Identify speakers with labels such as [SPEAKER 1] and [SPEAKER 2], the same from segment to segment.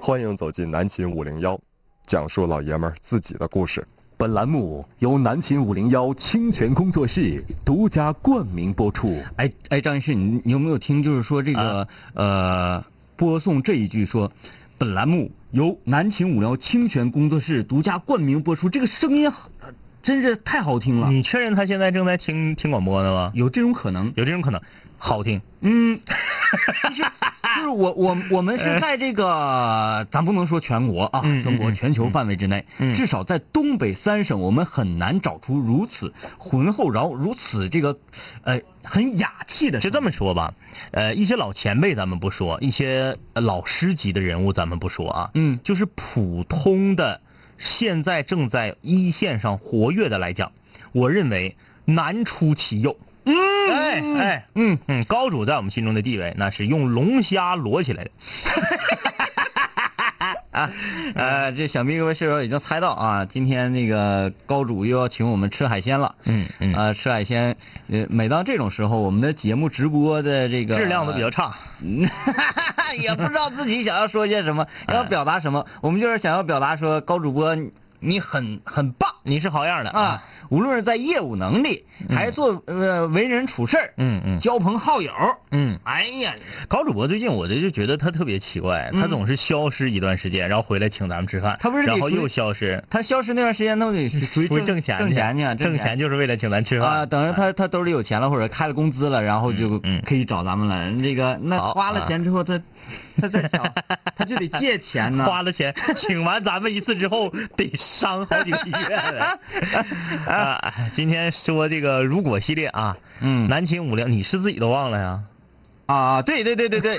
[SPEAKER 1] 欢迎走进南秦五零幺，讲述老爷们儿自己的故事。
[SPEAKER 2] 本栏目由南秦五零幺清泉工作室独家冠名播出。啊
[SPEAKER 3] 哎哎，张医师，你你有没有听？就是说这个、呃，播送这一句说，本栏目由南秦五聊清泉工作室独家冠名播出，这个声音好真是太好听了，
[SPEAKER 2] 嗯
[SPEAKER 4] 你确认他现在正在听听广播呢吗？
[SPEAKER 3] 有这种可能？
[SPEAKER 4] 有这种可能，好听。
[SPEAKER 3] 嗯，就是我我我们是在这 个，咱不能说全国啊，
[SPEAKER 4] 嗯嗯
[SPEAKER 3] 全国
[SPEAKER 4] 嗯
[SPEAKER 3] 全球范围之内，
[SPEAKER 4] 嗯
[SPEAKER 3] 至少在东北三省，我们很难找出如此浑厚，然后如此这个，呃，很雅气的声
[SPEAKER 4] 就
[SPEAKER 3] 音。
[SPEAKER 4] 这么说吧，呃，一些老前辈咱们不说，一些呃老师级的人物咱们不说啊，
[SPEAKER 3] 嗯
[SPEAKER 4] 就是普通的现在正在一线上活跃的来讲，我认为难出其右。嗯，哎哎，
[SPEAKER 3] 嗯
[SPEAKER 4] 嗯，高主在我们心中的地位，那是用龙虾摞起来的。嗯
[SPEAKER 3] 呃，这想必各位室友已经猜到啊，今天那个高主又要请我们吃海鲜了。
[SPEAKER 4] 嗯嗯
[SPEAKER 3] 呃，吃海鲜，呃，每当这种时候，我们的节目直播的这个
[SPEAKER 4] 质量都比较差。
[SPEAKER 3] 也不知道自己想要说些什么，要表达什么。我们就是想要表达说，高主播你你很很棒
[SPEAKER 4] 你是好样的
[SPEAKER 3] 啊！，无论是在业务能力，还是做呃为人处事儿
[SPEAKER 4] 嗯嗯
[SPEAKER 3] 交朋好友，
[SPEAKER 4] 嗯，
[SPEAKER 3] 哎呀，
[SPEAKER 4] 高主播最近我就就觉得他特别奇怪，他总是消失一段时间，然后回来请咱们吃饭，
[SPEAKER 3] 嗯他不是得
[SPEAKER 4] 然后
[SPEAKER 3] 出去
[SPEAKER 4] 又消失，
[SPEAKER 3] 他消失那段时间，那得属于
[SPEAKER 4] 回
[SPEAKER 3] 挣
[SPEAKER 4] 挣钱
[SPEAKER 3] 挣钱去啊，
[SPEAKER 4] 挣钱就是为了请咱吃
[SPEAKER 3] 啊，
[SPEAKER 4] 饭。
[SPEAKER 3] 等着他他兜里有钱了，或者开了工资了，然后就
[SPEAKER 4] 嗯嗯
[SPEAKER 3] 可以找咱们了。这个那
[SPEAKER 4] 好
[SPEAKER 3] 花了
[SPEAKER 4] 啊
[SPEAKER 3] 钱之后，他他再找，他就得借钱呢。
[SPEAKER 4] 花 了钱，请完咱们一次之后，得伤好几个 月了。啊，今天说这个如果系列啊，
[SPEAKER 3] 嗯
[SPEAKER 4] 南秦五零，你是自己都忘了呀？
[SPEAKER 3] 啊，对对对对 对，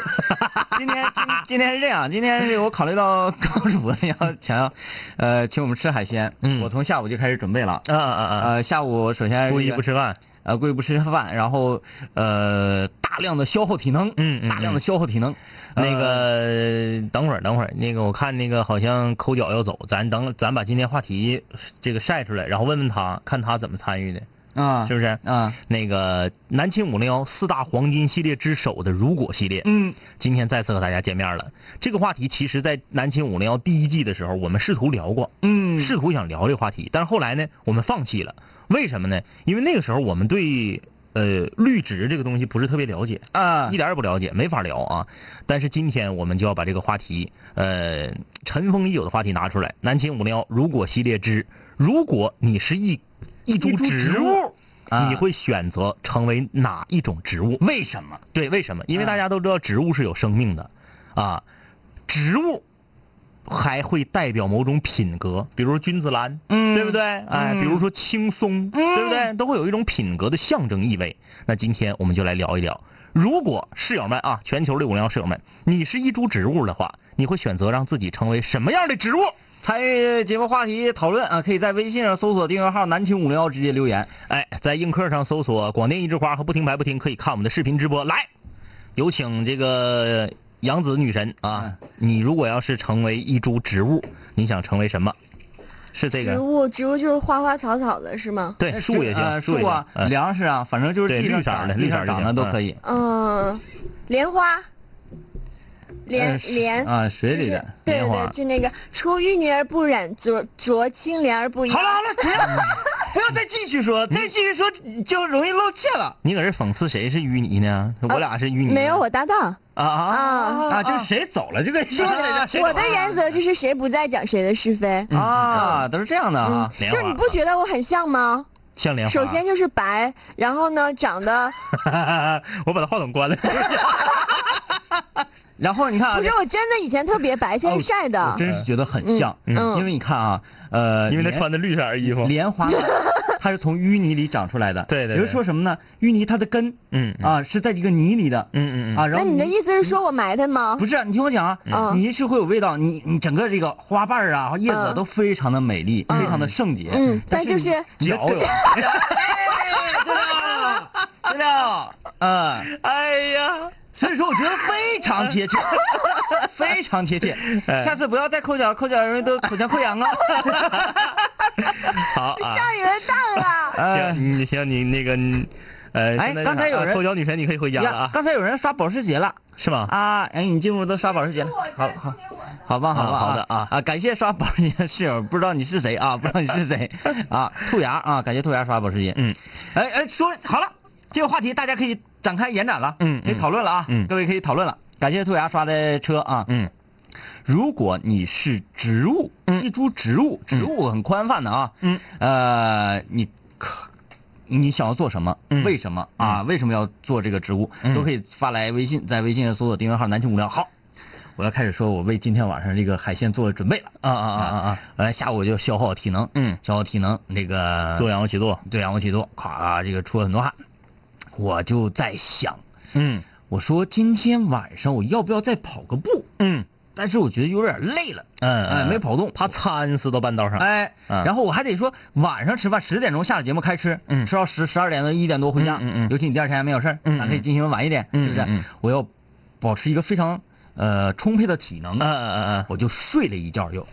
[SPEAKER 3] 今天今今天是这样，今天是我考虑到高主播要想要，呃，请我们吃海鲜，
[SPEAKER 4] 嗯
[SPEAKER 3] 我从下午就开始准备了。
[SPEAKER 4] 啊啊啊！
[SPEAKER 3] 呃，下午首先是
[SPEAKER 4] 故意
[SPEAKER 3] 这个
[SPEAKER 4] 不吃饭。
[SPEAKER 3] 呃，故意不吃饭，然后呃，大量的消耗体能，
[SPEAKER 4] 嗯嗯
[SPEAKER 3] 大量的消耗体能，呃
[SPEAKER 4] 那
[SPEAKER 3] 嗯
[SPEAKER 4] 个，等会儿，等会儿，那个，我看那个好像抠脚要走，咱等，咱把今天话题这个晒出来，然后问问他，看他怎么参与的，
[SPEAKER 3] 呃啊，
[SPEAKER 4] 是不是？
[SPEAKER 3] 啊，
[SPEAKER 4] 那个南秦五零幺四大黄金系列之首的如果系列，
[SPEAKER 3] 嗯，
[SPEAKER 4] 今天再次和大家见面了。这个话题其实，在南秦五零幺第一季的时候，我们试图聊过，
[SPEAKER 3] 嗯
[SPEAKER 4] 试图想聊这个话题，但是后来呢，我们放弃了。为什么呢？因为那个时候我们对呃绿植这个东西不是特别了解，
[SPEAKER 3] 啊
[SPEAKER 4] 一，点儿也不了解，没法聊啊。但是今天我们就要把这个话题，呃，尘封已久的话题拿出来。南秦五零幺如果系列之，如果你是一一株
[SPEAKER 3] 株植物啊
[SPEAKER 4] 你会选择成为哪一种植物？
[SPEAKER 3] 为什么？
[SPEAKER 4] 嗯对，为什么？因为
[SPEAKER 3] 啊
[SPEAKER 4] 大家都知道植物是有生命的，啊，植物还会代表某种品格，比如君子兰，
[SPEAKER 3] 嗯
[SPEAKER 4] 对不对？哎，比如说青松，对不对？都会有一种品格的象征意味。那今天我们就来聊一聊，如果室友们啊，全球的五零幺室友们，你是一株植物的话，你会选择让自己成为什么样的植物？
[SPEAKER 3] 参与节目话题讨论啊，可以在微信上搜索订阅号“南秦五零幺”直接留言。
[SPEAKER 4] 哎，在映客上搜索“广电一枝花”和“不听白不听”，可以看我们的视频直播。来，有请这个杨紫女神啊！
[SPEAKER 3] 嗯
[SPEAKER 4] 你如果要是成为一株植物，你想成为什么？是这
[SPEAKER 5] 植
[SPEAKER 4] 个？
[SPEAKER 5] 物，植物就是花花草草的是吗？
[SPEAKER 4] 对，树也
[SPEAKER 3] 呃
[SPEAKER 4] 行，
[SPEAKER 3] 树
[SPEAKER 4] 也
[SPEAKER 3] 啊
[SPEAKER 4] 行，嗯
[SPEAKER 3] 粮食啊，反正就是
[SPEAKER 4] 对
[SPEAKER 3] 地上
[SPEAKER 4] 绿色
[SPEAKER 3] 长
[SPEAKER 4] 的
[SPEAKER 3] 地
[SPEAKER 4] 绿色
[SPEAKER 3] 上
[SPEAKER 4] 就
[SPEAKER 3] 长的
[SPEAKER 4] 行
[SPEAKER 3] 都
[SPEAKER 4] 嗯
[SPEAKER 3] 可以。
[SPEAKER 5] 嗯，莲花，莲
[SPEAKER 3] 呃是
[SPEAKER 4] 嗯
[SPEAKER 5] 莲
[SPEAKER 3] 啊水里的
[SPEAKER 5] 就是对
[SPEAKER 3] 莲
[SPEAKER 5] 对
[SPEAKER 3] 花
[SPEAKER 5] 对，就那个出淤泥而不染，濯濯清涟而不淫。
[SPEAKER 3] 好了好了，不要
[SPEAKER 4] 嗯
[SPEAKER 3] 不要再继续说，再继续说就容易露怯了。
[SPEAKER 4] 你搁这讽刺谁是淤泥呢？我俩是淤泥。
[SPEAKER 5] 没有我搭档
[SPEAKER 3] 啊
[SPEAKER 5] 啊
[SPEAKER 3] 啊
[SPEAKER 5] 啊！
[SPEAKER 3] 啊！就是谁走了就跟说来着，
[SPEAKER 5] 我的原则就是谁不在讲谁的是非。
[SPEAKER 3] 则
[SPEAKER 4] 嗯
[SPEAKER 3] 啊，都是这样的
[SPEAKER 5] 嗯
[SPEAKER 3] 啊，。
[SPEAKER 4] 莲
[SPEAKER 5] 就
[SPEAKER 4] 花
[SPEAKER 5] 是你不觉得我很像吗？
[SPEAKER 4] 像莲花。
[SPEAKER 5] 首先，就是白，然后呢长得
[SPEAKER 3] 啊
[SPEAKER 4] 我把他话筒关了。
[SPEAKER 3] 然后你看啊，
[SPEAKER 5] 不是我真的以前特别白，现在
[SPEAKER 3] 哦
[SPEAKER 5] 晒的
[SPEAKER 3] 我。真是觉得很像，
[SPEAKER 5] 啊嗯
[SPEAKER 3] 嗯
[SPEAKER 5] 嗯
[SPEAKER 3] 因为你看啊，呃，
[SPEAKER 4] 因为他
[SPEAKER 3] 莲
[SPEAKER 4] 穿的绿色衣服。
[SPEAKER 3] 莲 花，它是从淤泥里长出来的。
[SPEAKER 4] 对对对
[SPEAKER 3] 也就是说什么呢？淤泥它的根
[SPEAKER 4] 嗯嗯
[SPEAKER 3] 啊是在这个泥里的
[SPEAKER 4] 嗯嗯
[SPEAKER 3] 啊，
[SPEAKER 4] 嗯。
[SPEAKER 3] 然
[SPEAKER 5] 那
[SPEAKER 3] 后
[SPEAKER 5] 你的
[SPEAKER 3] 泥
[SPEAKER 5] 意思是说我埋汰吗？
[SPEAKER 3] 不是，你听我讲啊，
[SPEAKER 5] 嗯
[SPEAKER 3] 泥是会有味道，你你整个这个花瓣儿啊、叶子啊
[SPEAKER 5] 嗯
[SPEAKER 3] 都非常的美丽，非常的圣洁。
[SPEAKER 5] 嗯但就是
[SPEAKER 3] 你你的
[SPEAKER 4] 脚有
[SPEAKER 3] 根哎对了，对了，嗯，
[SPEAKER 4] 哎呀，
[SPEAKER 3] 所以说我觉得非常贴 切，非常贴切。
[SPEAKER 4] 哎
[SPEAKER 3] 下次不要再抠脚，抠脚容易都口腔溃疡啊。
[SPEAKER 4] 好啊。啊
[SPEAKER 5] 下雨了，当了。
[SPEAKER 4] 行，你行，你那个，你
[SPEAKER 3] 啊
[SPEAKER 4] 呃，
[SPEAKER 3] 哎
[SPEAKER 4] 现在
[SPEAKER 3] 刚才
[SPEAKER 4] 啊
[SPEAKER 3] 有人
[SPEAKER 4] 头条女神，你可以回家了啊，
[SPEAKER 3] 刚才有人刷保时捷了
[SPEAKER 4] 是吗？
[SPEAKER 3] 啊！哎，你进屋都刷保时捷
[SPEAKER 5] 哎
[SPEAKER 3] 了，好好，好棒，好棒，
[SPEAKER 4] 啊好的
[SPEAKER 3] 啊啊！感谢刷保时捷的室友，不知道你是谁 啊？不知道你是谁啊？兔牙啊，感谢兔牙刷保时捷。
[SPEAKER 4] 嗯，
[SPEAKER 3] 哎哎，说好了，这个话题大家可以展开延展了，
[SPEAKER 4] 嗯
[SPEAKER 3] 可以讨论了啊，
[SPEAKER 4] 嗯
[SPEAKER 3] 各位可以讨论了。感谢兔牙刷的车啊，
[SPEAKER 4] 嗯，
[SPEAKER 3] 如果你是植物，一株植物，植物很宽泛的啊，
[SPEAKER 4] 嗯，
[SPEAKER 3] 呃，你可你想要做什么？
[SPEAKER 4] 嗯
[SPEAKER 3] 为什么啊？为什么要做这个植物？
[SPEAKER 4] 嗯
[SPEAKER 3] 都可以发来微信，在微信上搜索订阅号“南青无聊”。好，我要开始说我为今天晚上这个海鲜做准备了。
[SPEAKER 4] 啊啊啊啊啊，
[SPEAKER 3] 完了下午我就消耗体能，
[SPEAKER 4] 嗯，
[SPEAKER 3] 消耗体能，那个
[SPEAKER 4] 做仰卧起坐，
[SPEAKER 3] 对啊仰卧起坐，咵，这个出了很多汗，我就在想，
[SPEAKER 4] 嗯
[SPEAKER 3] 我说今天晚上我要不要再跑个步？
[SPEAKER 4] 嗯
[SPEAKER 3] 但是我觉得有点累了，
[SPEAKER 4] 嗯，
[SPEAKER 3] 哎，
[SPEAKER 4] 嗯
[SPEAKER 3] 没，跑动，
[SPEAKER 4] 怕惨死到半道上，
[SPEAKER 3] 哎，
[SPEAKER 4] 嗯
[SPEAKER 3] 然后我还得说晚上吃饭，十点钟下了节目开吃，
[SPEAKER 4] 嗯
[SPEAKER 3] 吃到十十二点多一点多回家，
[SPEAKER 4] 嗯嗯嗯
[SPEAKER 3] 尤其你第二天还没有事儿，
[SPEAKER 4] 嗯嗯
[SPEAKER 3] 咱可以进行晚一点，
[SPEAKER 4] 嗯
[SPEAKER 3] 是不是？
[SPEAKER 4] 嗯嗯
[SPEAKER 3] 我要保持一个非常呃充沛的体能，
[SPEAKER 4] 嗯嗯嗯
[SPEAKER 3] 我就睡了一 觉又，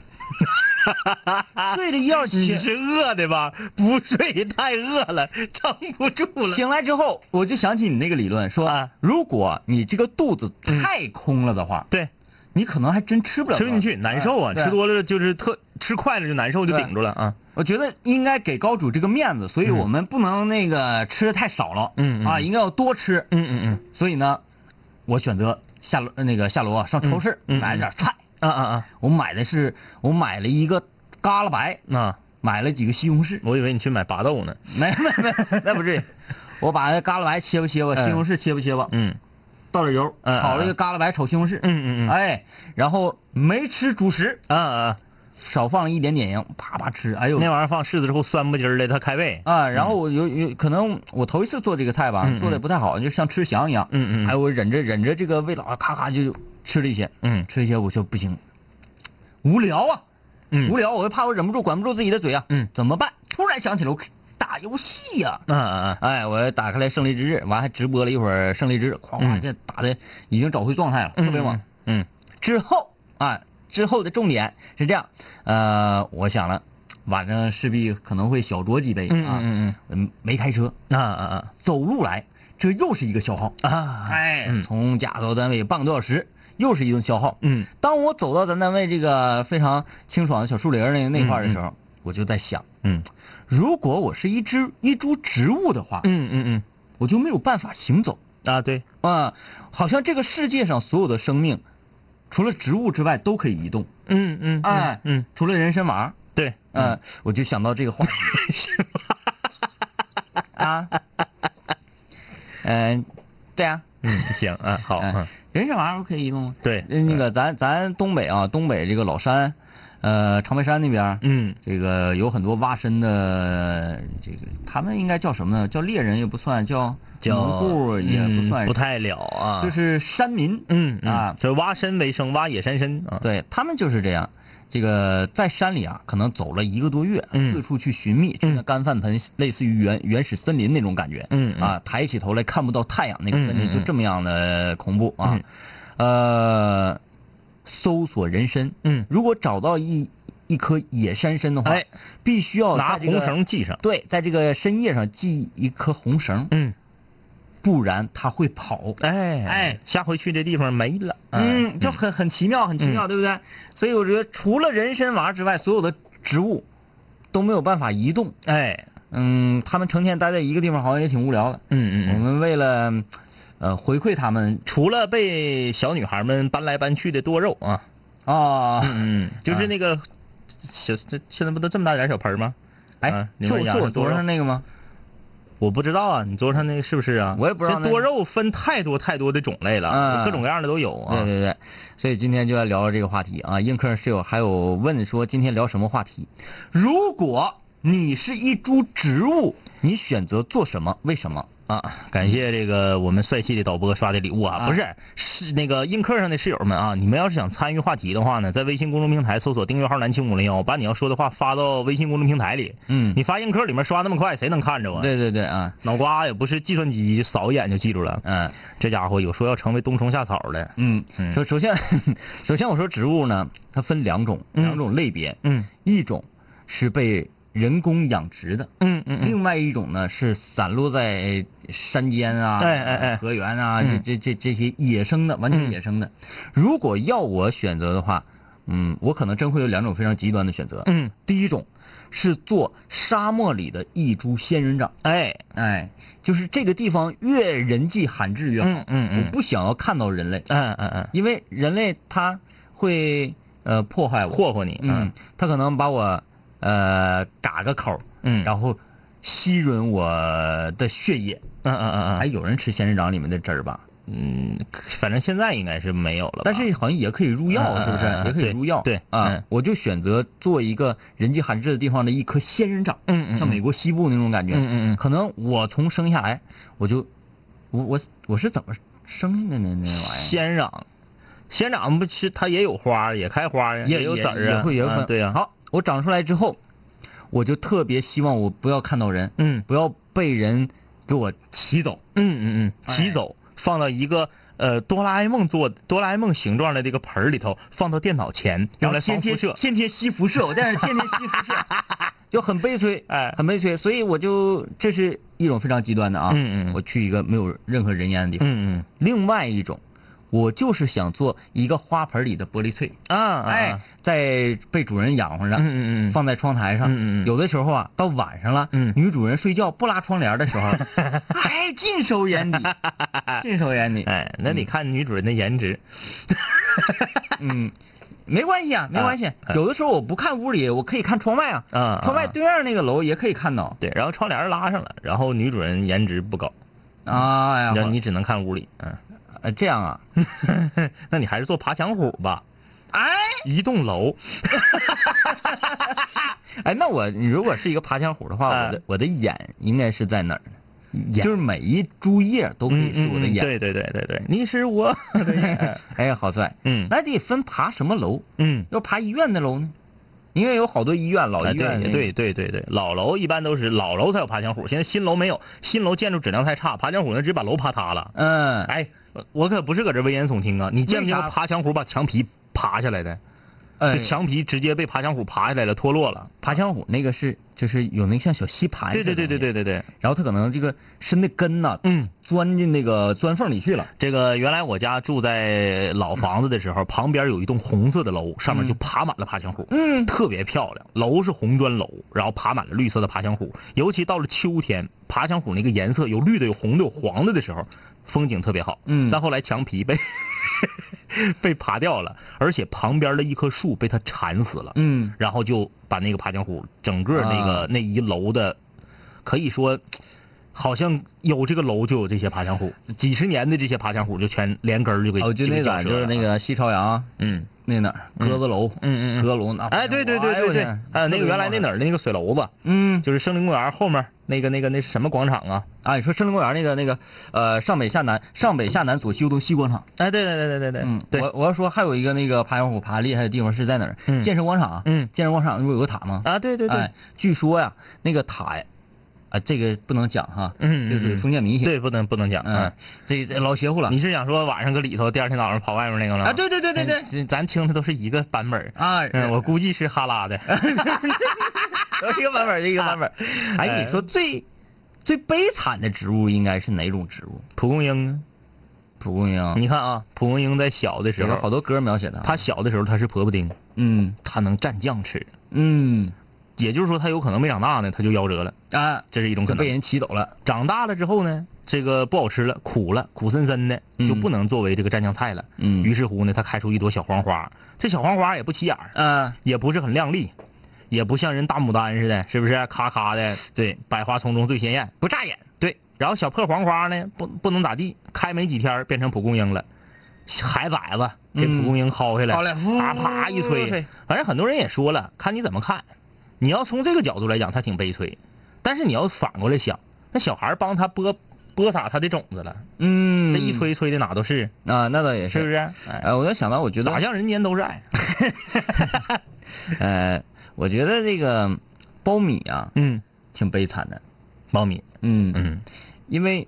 [SPEAKER 3] 睡了一觉
[SPEAKER 4] 嗯，你
[SPEAKER 3] 醒
[SPEAKER 4] 是饿的吧？不睡太饿了，撑不住了。
[SPEAKER 3] 醒来之后，我就想起你那个理论，说、
[SPEAKER 4] 啊
[SPEAKER 3] 如果你这个肚子太空了的话，
[SPEAKER 4] 对，
[SPEAKER 3] 你可能还真吃不了，
[SPEAKER 4] 吃不进去，难受啊！
[SPEAKER 3] 对
[SPEAKER 4] 吃多了就是特吃快了就难受，就
[SPEAKER 3] 对
[SPEAKER 4] 顶住了啊。
[SPEAKER 3] 我觉得应该给高主这个面子，所以我们不能那个吃的太少了，
[SPEAKER 4] 嗯嗯嗯
[SPEAKER 3] 啊，应该要多吃。
[SPEAKER 4] 嗯嗯
[SPEAKER 3] 所以呢，我选择下楼那个下楼啊，上超市、
[SPEAKER 4] 嗯嗯
[SPEAKER 3] 买了点菜。
[SPEAKER 4] 嗯啊啊啊
[SPEAKER 3] 我买的是我买了一个嘎啦白，
[SPEAKER 4] 啊！
[SPEAKER 3] 买了几个西红柿，
[SPEAKER 4] 我以为你去买拔豆呢。
[SPEAKER 3] 没没没，那不至于。我把那嘎啦白切吧切吧，
[SPEAKER 4] 嗯
[SPEAKER 3] 西红柿切吧切吧，
[SPEAKER 4] 嗯
[SPEAKER 3] 倒点油，
[SPEAKER 4] 嗯
[SPEAKER 3] 炒了一个嘎啦白炒西红柿。
[SPEAKER 4] 嗯嗯嗯
[SPEAKER 3] 哎，然后没吃主食，
[SPEAKER 4] 啊啊！
[SPEAKER 3] 少放了一点点盐，啪啪吃。哎呦，
[SPEAKER 4] 那玩意儿放柿子之后酸不唧儿的，它开胃。
[SPEAKER 3] 啊，然后我有有可能我头一次做这个菜吧，
[SPEAKER 4] 嗯嗯
[SPEAKER 3] 做的不太好，就像吃翔一样。
[SPEAKER 4] 嗯嗯嗯
[SPEAKER 3] 哎，我忍着忍着这个味道，啊咔咔就吃了一些，
[SPEAKER 4] 嗯
[SPEAKER 3] 吃了一些我就不行，无聊啊，
[SPEAKER 4] 嗯
[SPEAKER 3] 无聊，我就怕我忍不住管不住自己的嘴啊，
[SPEAKER 4] 嗯，
[SPEAKER 3] 怎么办？突然想起了我打游戏呀、
[SPEAKER 4] 啊啊
[SPEAKER 3] 哎，我打开来《胜利之日》，完还直播了一会儿《胜利之日》，哐哐
[SPEAKER 4] 嗯
[SPEAKER 3] 这打的已经找回状态了，
[SPEAKER 4] 啊！
[SPEAKER 3] 特别猛。
[SPEAKER 4] 嗯
[SPEAKER 3] 之后啊，之后的重点是这样，呃，我想了，晚上势必可能会小酌几杯
[SPEAKER 4] 嗯
[SPEAKER 3] 啊，
[SPEAKER 4] 嗯
[SPEAKER 3] 嗯，没开车，呃
[SPEAKER 4] 嗯啊啊
[SPEAKER 3] 走路来，这又是一个消耗。
[SPEAKER 4] 啊啊！
[SPEAKER 3] 哎
[SPEAKER 4] 嗯
[SPEAKER 3] 从家到单位半个多小时，又是一顿消耗。
[SPEAKER 4] 嗯
[SPEAKER 3] 当我走到咱单位这个非常清爽的小树林儿那那块儿的时候，我就在想，
[SPEAKER 4] 嗯
[SPEAKER 3] 如果我是一只一株植物的话，
[SPEAKER 4] 嗯嗯
[SPEAKER 3] 我就没有办法行走
[SPEAKER 4] 嗯啊对，
[SPEAKER 3] 啊、好像这个世界上所有的生命，除了植物之外都可以移动，
[SPEAKER 4] 嗯嗯
[SPEAKER 3] 哎，
[SPEAKER 4] 嗯
[SPEAKER 3] 除了人参娃，
[SPEAKER 4] 对，
[SPEAKER 3] 嗯、我就想到这个话题， 啊，嗯、对啊，
[SPEAKER 4] 嗯行啊好
[SPEAKER 3] 哎
[SPEAKER 4] 嗯
[SPEAKER 3] 人参娃不可以移动吗？
[SPEAKER 4] 对
[SPEAKER 3] 呃那个咱咱东北啊，东北这个老山，呃，长白山那边儿，
[SPEAKER 4] 嗯
[SPEAKER 3] 这个有很多挖参的，这个他们应该叫什么呢？叫猎人也不算，叫农
[SPEAKER 4] 叫
[SPEAKER 3] 户也不算，
[SPEAKER 4] 嗯不太了啊，
[SPEAKER 3] 就是山民。
[SPEAKER 4] 嗯
[SPEAKER 3] 啊
[SPEAKER 4] 就挖参为生，挖野山参啊。
[SPEAKER 3] 对他们就是这样。这个在山里啊，可能走了一个多月，
[SPEAKER 4] 嗯
[SPEAKER 3] 四处去寻觅，去那干饭盆，类似于原原始森林那种感觉。
[SPEAKER 4] 嗯嗯
[SPEAKER 3] 啊，抬起头来看不到太阳，那个
[SPEAKER 4] 嗯
[SPEAKER 3] 森林
[SPEAKER 4] 嗯
[SPEAKER 3] 就
[SPEAKER 4] 嗯
[SPEAKER 3] 这么样的恐怖啊。呃，搜索人参，
[SPEAKER 4] 嗯
[SPEAKER 3] 如果找到一一颗野山参的话，
[SPEAKER 4] 哎，
[SPEAKER 3] 必须要
[SPEAKER 4] 拿
[SPEAKER 3] 在这个
[SPEAKER 4] 红绳系上。
[SPEAKER 3] 对，在这个参叶上系一颗红绳，
[SPEAKER 4] 嗯，
[SPEAKER 3] 不然它会跑。
[SPEAKER 4] 哎
[SPEAKER 3] 哎，
[SPEAKER 4] 下回去这地方没了。哎
[SPEAKER 3] 嗯，就很很奇妙，很奇妙，对不对？所以我觉得除了人参娃之外，所有的植物都没有办法移动。
[SPEAKER 4] 哎，
[SPEAKER 3] 嗯，他们成天待在一个地方，好像也挺无聊的。
[SPEAKER 4] 嗯嗯
[SPEAKER 3] 我
[SPEAKER 4] 嗯，
[SPEAKER 3] 们为了呃回馈他们
[SPEAKER 4] 除了被小女孩们搬来搬去的剁肉啊，
[SPEAKER 3] 啊，
[SPEAKER 4] 嗯，就是那个小这现在不都这么大点小盆吗？
[SPEAKER 3] 哎
[SPEAKER 4] 啊，
[SPEAKER 3] 是我
[SPEAKER 4] 你们
[SPEAKER 3] 是
[SPEAKER 4] 养
[SPEAKER 3] 我
[SPEAKER 4] 着多
[SPEAKER 3] 桌
[SPEAKER 4] 肉
[SPEAKER 3] 上那个吗？
[SPEAKER 4] 我不知道啊，你桌上那个是不是啊？
[SPEAKER 3] 我也不知道
[SPEAKER 4] 这
[SPEAKER 3] 那
[SPEAKER 4] 多肉分太多太多的种类了，
[SPEAKER 3] 嗯
[SPEAKER 4] 各种各样的都有
[SPEAKER 3] 对
[SPEAKER 4] 啊。
[SPEAKER 3] 对对，所以今天就要聊这个话题啊。映客室友还有问说今天聊什么话题？如果你是一株植物，你选择做什么？为什么？
[SPEAKER 4] 啊，感谢这个我们帅气的导播刷的礼物啊！
[SPEAKER 3] 啊
[SPEAKER 4] 不是，是那个映客上的室友们啊，你们要是想参与话题的话呢，在微信公众平台搜索订阅号“南青五零幺”，把你要说的话发到微信公众平台里。
[SPEAKER 3] 嗯
[SPEAKER 4] 你发映客里面刷那么快，谁能看着啊？，
[SPEAKER 3] 对对对啊，
[SPEAKER 4] 脑瓜也不是计算机，扫一眼就记住了。
[SPEAKER 3] 嗯
[SPEAKER 4] 这家伙有说要成为冬虫夏草的。
[SPEAKER 3] 嗯，
[SPEAKER 4] 嗯
[SPEAKER 3] 首首先 首先我说植物呢，它分两种
[SPEAKER 4] 嗯
[SPEAKER 3] 两种类别，
[SPEAKER 4] 嗯
[SPEAKER 3] 一种是被人工养殖的，
[SPEAKER 4] 嗯嗯嗯，
[SPEAKER 3] 另外一种呢是散落在山间啊、
[SPEAKER 4] 哎哎哎
[SPEAKER 3] 河源啊，
[SPEAKER 4] 嗯
[SPEAKER 3] 这这这这些野生的，完全野生的。如果要我选择的话，嗯，我可能真会有两种非常极端的选择。
[SPEAKER 4] 嗯，
[SPEAKER 3] 第一种是做沙漠里的一株仙人掌，
[SPEAKER 4] 哎，
[SPEAKER 3] 哎，就是这个地方越人迹罕至越好。
[SPEAKER 4] 嗯嗯嗯
[SPEAKER 3] 我不想要看到人类，哎
[SPEAKER 4] 嗯嗯嗯，
[SPEAKER 3] 因为人类他会呃破坏我，
[SPEAKER 4] 哎霍霍你，
[SPEAKER 3] 嗯，他可能把我呃嘎个口儿，
[SPEAKER 4] 嗯
[SPEAKER 3] 然后吸吮我的血液。
[SPEAKER 4] 嗯嗯嗯
[SPEAKER 3] 还
[SPEAKER 4] 嗯
[SPEAKER 3] 有人吃仙人掌里面的汁儿吧？
[SPEAKER 4] 嗯，反正现在应该是没有了吧，
[SPEAKER 3] 但是好像也可以入药，
[SPEAKER 4] 嗯
[SPEAKER 3] 是不是？
[SPEAKER 4] 嗯嗯嗯
[SPEAKER 3] 也可以
[SPEAKER 4] 对
[SPEAKER 3] 入药。
[SPEAKER 4] 对
[SPEAKER 3] 啊
[SPEAKER 4] 嗯，
[SPEAKER 3] 我就选择做一个人迹罕至的地方的一棵仙人掌，
[SPEAKER 4] 嗯嗯嗯
[SPEAKER 3] 像美国西部那种感觉。
[SPEAKER 4] 嗯嗯嗯
[SPEAKER 3] 可能我从生下来，我就，我我我是怎么生下的呢？那玩意儿
[SPEAKER 4] 仙壤，仙壤不是它也有花儿，也开花儿呀，有籽儿
[SPEAKER 3] 也
[SPEAKER 4] 啊，
[SPEAKER 3] 会有
[SPEAKER 4] 啊
[SPEAKER 3] 粉。
[SPEAKER 4] 对呀，，
[SPEAKER 3] 好，我长出来之后，我就特别希望我不要看到人，
[SPEAKER 4] 嗯
[SPEAKER 3] 不要被人给我骑走。
[SPEAKER 4] 嗯嗯嗯，
[SPEAKER 3] 哎
[SPEAKER 4] 骑走放到一个。呃，哆啦 A 梦做哆啦 A 梦形状的这个盆儿里头，放到电脑前，
[SPEAKER 3] 然
[SPEAKER 4] 用
[SPEAKER 3] 后
[SPEAKER 4] 来
[SPEAKER 3] 天
[SPEAKER 4] 防
[SPEAKER 3] 天
[SPEAKER 4] 辐射。
[SPEAKER 3] 天天吸辐射，我在那儿天天吸辐射，就很悲催，
[SPEAKER 4] 哎
[SPEAKER 3] 很悲催。所以我就这是一种非常极端的啊，
[SPEAKER 4] 嗯嗯
[SPEAKER 3] 我去一个没有任何人烟的地方。
[SPEAKER 4] 嗯
[SPEAKER 3] 另外一种，我就是想做一个花盆里的玻璃翠，
[SPEAKER 4] 嗯啊，
[SPEAKER 3] 哎
[SPEAKER 4] 啊，，
[SPEAKER 3] 在被主人养活着，
[SPEAKER 4] 嗯嗯嗯，
[SPEAKER 3] 放在窗台上。
[SPEAKER 4] 嗯嗯嗯
[SPEAKER 3] 有的时候啊，到晚上了，
[SPEAKER 4] 嗯
[SPEAKER 3] 女主人睡觉不拉窗帘的时 候，哎，尽收眼底，尽收眼 底。
[SPEAKER 4] 哎，那你看女主人的颜值，
[SPEAKER 3] 嗯，没关系啊，没关系。有的时候我不看屋里，我可以看窗外啊。
[SPEAKER 4] 啊
[SPEAKER 3] 窗外对面那个楼也可以看到。
[SPEAKER 4] 对，然后窗帘拉上了，然后女主人颜值不高，
[SPEAKER 3] 啊
[SPEAKER 4] 然后
[SPEAKER 3] 呀，
[SPEAKER 4] 嗯你只能看屋里，嗯，
[SPEAKER 3] 呃这样啊？
[SPEAKER 4] 那你还是做爬墙虎吧，
[SPEAKER 3] 哎
[SPEAKER 4] 一栋楼，
[SPEAKER 3] 哎，那我如果是一个爬墙虎的话，我的
[SPEAKER 4] 哎
[SPEAKER 3] 我的眼应该是在哪儿呢？就是每一株叶
[SPEAKER 4] 嗯
[SPEAKER 3] 都可以是我的眼。
[SPEAKER 4] 对对对对对，你是我的眼，
[SPEAKER 3] 哎，好帅。
[SPEAKER 4] 嗯
[SPEAKER 3] 那得分爬什么楼？
[SPEAKER 4] 嗯，
[SPEAKER 3] 要爬医院的楼呢？因为有好多医院老
[SPEAKER 4] 啊
[SPEAKER 3] 医院那
[SPEAKER 4] 对
[SPEAKER 3] 个。
[SPEAKER 4] 对对对对，老楼一般都是老楼才有爬墙虎，现在新楼没有，新楼建筑质量太差，爬墙虎那直接把楼爬塌了。
[SPEAKER 3] 嗯，
[SPEAKER 4] 哎，我可不是搁这危言耸听啊，你见没见
[SPEAKER 3] 为啥
[SPEAKER 4] 过爬墙虎把墙皮爬下来的？
[SPEAKER 3] 哎
[SPEAKER 4] 就墙皮直接被爬墙虎爬下来了，脱落了。
[SPEAKER 3] 爬墙虎那个是就是有那个像小吸盘。
[SPEAKER 4] 对对对对对。对对，
[SPEAKER 3] 然后它可能这个伸的根呐，
[SPEAKER 4] 嗯。
[SPEAKER 3] 钻进那个钻缝里去了。
[SPEAKER 4] 这个原来我家住在老房子的时候，旁边有一栋红色的楼，上面就爬满了爬墙虎，
[SPEAKER 3] 嗯
[SPEAKER 4] 特别漂亮。楼是红砖楼，然后爬满了绿色的爬墙虎，尤其到了秋天，爬墙虎那个颜色有绿的、有红的、有黄的的时候，风景特别好。
[SPEAKER 3] 嗯
[SPEAKER 4] 但后来墙皮被 被爬掉了，而且旁边的一棵树被它缠死了。
[SPEAKER 3] 嗯。
[SPEAKER 4] 然后就把那个爬墙虎整个那个、
[SPEAKER 3] 啊
[SPEAKER 4] 那一楼的，可以说，好像有这个楼就有这些爬墙虎，几十年的这些爬墙虎就全连根儿就给。
[SPEAKER 3] 啊我觉得那
[SPEAKER 4] 个
[SPEAKER 3] 咋就是那，个西朝阳
[SPEAKER 4] 嗯
[SPEAKER 3] 那哪儿鸽子楼，
[SPEAKER 4] 嗯嗯嗯，
[SPEAKER 3] 鸽楼那。
[SPEAKER 4] 哎，对对对
[SPEAKER 3] 哎呦
[SPEAKER 4] 对
[SPEAKER 3] 我
[SPEAKER 4] 对，
[SPEAKER 3] 天
[SPEAKER 4] 还有那个原来那哪
[SPEAKER 3] 儿，
[SPEAKER 4] 儿的那个水楼吧，
[SPEAKER 3] 嗯
[SPEAKER 4] 就是森林公园后面那个那个那是什么广场啊？
[SPEAKER 3] 啊，你说森林公园那个那个呃上北下南上北下南左西右东西广场，
[SPEAKER 4] 哎，对对对对对对，
[SPEAKER 3] 嗯，
[SPEAKER 4] 对，
[SPEAKER 3] 我我要说还有一个那个爬羊虎爬厉害的地方是在哪儿？
[SPEAKER 4] 嗯
[SPEAKER 3] 建设广场，啊
[SPEAKER 4] 嗯
[SPEAKER 3] 建设广场那不有个塔吗？
[SPEAKER 4] 啊，对对对
[SPEAKER 3] 哎，，据说呀那个塔呀，啊这个不能讲哈，
[SPEAKER 4] 嗯嗯
[SPEAKER 3] 就是
[SPEAKER 4] 嗯
[SPEAKER 3] 封建迷信，
[SPEAKER 4] 对，不能不能讲，
[SPEAKER 3] 嗯
[SPEAKER 4] 嗯，，
[SPEAKER 3] 这这老邪乎了
[SPEAKER 4] 你是想说晚上搁里头，第二天早上跑外面那个了？
[SPEAKER 3] 啊，对对对对对
[SPEAKER 4] 对，嗯咱听的都是一个版本儿
[SPEAKER 3] 啊，
[SPEAKER 4] 嗯，我估计是哈拉的。
[SPEAKER 3] 都是一个版本儿，一个版本儿。哎，
[SPEAKER 4] 哎
[SPEAKER 3] 你说最最悲惨的植物应该是哪种植物？
[SPEAKER 4] 蒲公英，
[SPEAKER 3] 蒲公英，
[SPEAKER 4] 你看啊，蒲公英在小的时
[SPEAKER 3] 嗯有个好
[SPEAKER 4] 候，
[SPEAKER 3] 多歌描写的啊。
[SPEAKER 4] 它小的时候它是婆婆丁，
[SPEAKER 3] 嗯
[SPEAKER 4] 它能蘸酱吃，
[SPEAKER 3] 嗯
[SPEAKER 4] 也就是说它有可能没长大呢，它就夭折了，
[SPEAKER 3] 啊，
[SPEAKER 4] 这是一种可
[SPEAKER 3] 就
[SPEAKER 4] 能。
[SPEAKER 3] 被人骑走了。
[SPEAKER 4] 长大了之后呢，这个不好吃了，苦了，苦森森的，
[SPEAKER 3] 嗯
[SPEAKER 4] 就不能作为这个蘸酱菜了。
[SPEAKER 3] 嗯
[SPEAKER 4] 于是乎呢，它开出一朵小黄花，这小黄花也不起眼儿，
[SPEAKER 3] 啊，
[SPEAKER 4] 也不是很亮丽，也不像人大牡丹似的，是不是？咔咔的，对，百花丛中最鲜艳，不扎眼。对，然后小破黄花呢，不不能咋地，开没几天儿变成蒲公英了，海崽子给
[SPEAKER 3] 嗯
[SPEAKER 4] 蒲公英薅下来，
[SPEAKER 3] 薅来呼
[SPEAKER 4] 啪啪一
[SPEAKER 3] 吹
[SPEAKER 4] 推。反正很多人也说了，看你怎么看。你要从这个角度来讲，它挺悲催，但是你要反过来想，那小孩儿帮他播播撒他的种子了，
[SPEAKER 3] 嗯，
[SPEAKER 4] 这一吹吹的哪都是，
[SPEAKER 3] 啊，那倒也
[SPEAKER 4] 是不
[SPEAKER 3] 是。
[SPEAKER 4] 是？哎，
[SPEAKER 3] 哎，我就想到，我觉得
[SPEAKER 4] 咋，向人间都是爱。啊
[SPEAKER 3] 呃，我觉得这个苞米啊，
[SPEAKER 4] 嗯，
[SPEAKER 3] 挺悲惨的。
[SPEAKER 4] 苞米，
[SPEAKER 3] 嗯
[SPEAKER 4] 嗯
[SPEAKER 3] 因为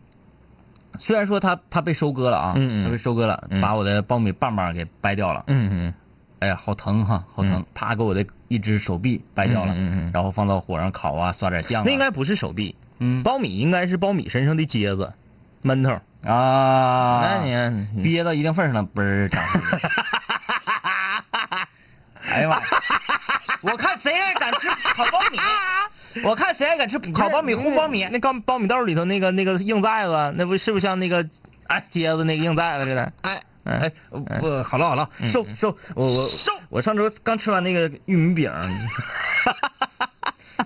[SPEAKER 3] 虽然说它它被收割了啊，
[SPEAKER 4] 嗯嗯
[SPEAKER 3] 它被收割了，
[SPEAKER 4] 嗯
[SPEAKER 3] 把我的苞米棒棒给掰掉了，
[SPEAKER 4] 嗯嗯
[SPEAKER 3] 哎呀，好疼哈，好疼！
[SPEAKER 4] 嗯
[SPEAKER 3] 啪，给我的一只手臂掰掉了，
[SPEAKER 4] 嗯嗯嗯
[SPEAKER 3] 然后放到火上烤啊，刷点酱、啊。
[SPEAKER 4] 那应该不是手臂，
[SPEAKER 3] 嗯
[SPEAKER 4] 苞米应该是苞米身上的疖子、闷头。
[SPEAKER 3] 啊，
[SPEAKER 4] 那你看，
[SPEAKER 3] 憋到一定份儿上了，嘣儿长出 来了。哎呀妈！呀！我看谁还敢吃烤苞米，我看谁还敢吃
[SPEAKER 4] 烤
[SPEAKER 3] 烤
[SPEAKER 4] 苞
[SPEAKER 3] 苞米、
[SPEAKER 4] 米、糊
[SPEAKER 3] 烘
[SPEAKER 4] 苞
[SPEAKER 3] 苞
[SPEAKER 4] 米
[SPEAKER 3] 米，。
[SPEAKER 4] 那刚苞米豆里头那个那个硬寨子，那不是不是像那个哎疖子那个硬寨子似的？
[SPEAKER 3] 哎
[SPEAKER 4] 嗯
[SPEAKER 3] 哎，我好了好了，收收，我我
[SPEAKER 4] 收
[SPEAKER 3] 我上周刚吃完那个玉米饼儿，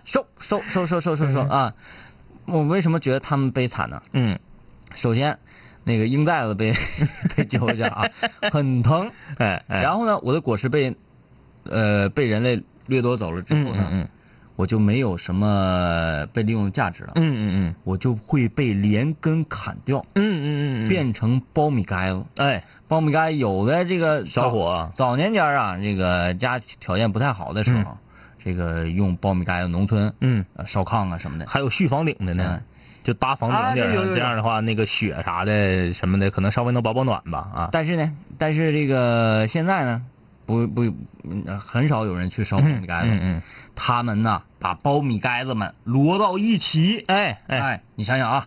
[SPEAKER 3] 收收收收收收收啊！我为什么觉得他们悲惨呢？
[SPEAKER 4] 嗯
[SPEAKER 3] 首先，那个鹰袋子 被被揪一下啊，很疼。
[SPEAKER 4] 哎 哎
[SPEAKER 3] 然后呢，我的果实被呃被人类掠夺走了之后呢，
[SPEAKER 4] 嗯嗯嗯
[SPEAKER 3] 我就没有什么被利用的价值了，
[SPEAKER 4] 嗯嗯
[SPEAKER 3] 我就会被连根砍掉，
[SPEAKER 4] 嗯嗯嗯嗯，
[SPEAKER 3] 变成苞米杆了。
[SPEAKER 4] 哎
[SPEAKER 3] 苞米杆有的这个
[SPEAKER 4] 着火
[SPEAKER 3] 早年间啊，这个家条件不太好的时候，这个用苞米杆，农村
[SPEAKER 4] 嗯，
[SPEAKER 3] 呃烧炕啊什么的，
[SPEAKER 4] 还有续房顶的呢
[SPEAKER 3] 嗯。
[SPEAKER 4] 就搭房顶
[SPEAKER 3] 啊
[SPEAKER 4] 顶
[SPEAKER 3] 有有
[SPEAKER 4] 上，
[SPEAKER 3] 有
[SPEAKER 4] 这样的话，那个雪啥的什么的，可能稍微能保保暖吧啊。
[SPEAKER 3] 但是呢，但是这个呃现在呢，不不，嗯很少有人去烧苞米杆子。
[SPEAKER 4] 嗯嗯
[SPEAKER 3] 他们呐，把苞米杆子们摞到一起。
[SPEAKER 4] 哎
[SPEAKER 3] 哎，
[SPEAKER 4] 哎
[SPEAKER 3] 你想想啊，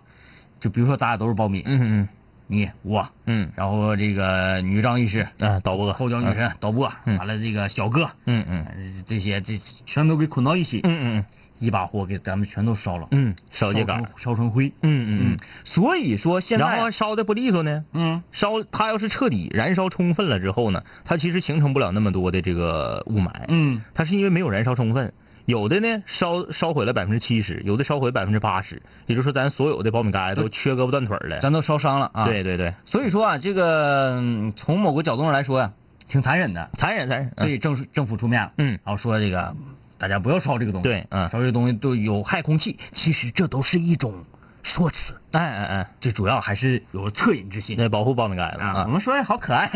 [SPEAKER 3] 就比如说咱俩都是苞米，
[SPEAKER 4] 嗯
[SPEAKER 3] 你我，
[SPEAKER 4] 嗯
[SPEAKER 3] 然后这个女张医师，
[SPEAKER 4] 嗯啊，导播
[SPEAKER 3] 后脚女神导播，
[SPEAKER 4] 嗯
[SPEAKER 3] 完了这个小哥，
[SPEAKER 4] 嗯嗯
[SPEAKER 3] 呃这些这全都给捆到一起，
[SPEAKER 4] 嗯嗯
[SPEAKER 3] 一把火给咱们全都烧了，
[SPEAKER 4] 嗯，烧秸秆
[SPEAKER 3] 成，烧成灰。
[SPEAKER 4] 嗯嗯嗯，，
[SPEAKER 3] 所以说现在，
[SPEAKER 4] 然后烧的不利索呢，
[SPEAKER 3] 嗯，
[SPEAKER 4] 烧它要是彻底燃烧充分了之后呢，它其实形成不了那么多的这个雾霾。
[SPEAKER 3] 嗯，
[SPEAKER 4] 它是因为没有燃烧充分，有的呢烧烧毁了百分之七十，有的烧毁百分之八十，也就是说咱所有的苞米杆都缺胳膊断腿儿了。
[SPEAKER 3] 咱都烧伤了啊。
[SPEAKER 4] 对对对，
[SPEAKER 3] 所以说啊，这个嗯从某个角度上来说呀、挺残忍的。
[SPEAKER 4] 残忍残嗯忍。
[SPEAKER 3] 所以政政府出面了，
[SPEAKER 4] 哎嗯
[SPEAKER 3] 然后说这个大家不要烧这个东西，
[SPEAKER 4] 对嗯
[SPEAKER 3] 烧这个东西都有害空气。其实这都是一种说辞，
[SPEAKER 4] 哎哎哎，
[SPEAKER 3] 这主要还是有恻隐之心
[SPEAKER 4] 那保护苞米杆子
[SPEAKER 3] 啊。我
[SPEAKER 4] 啊。
[SPEAKER 3] 们说的好可 爱，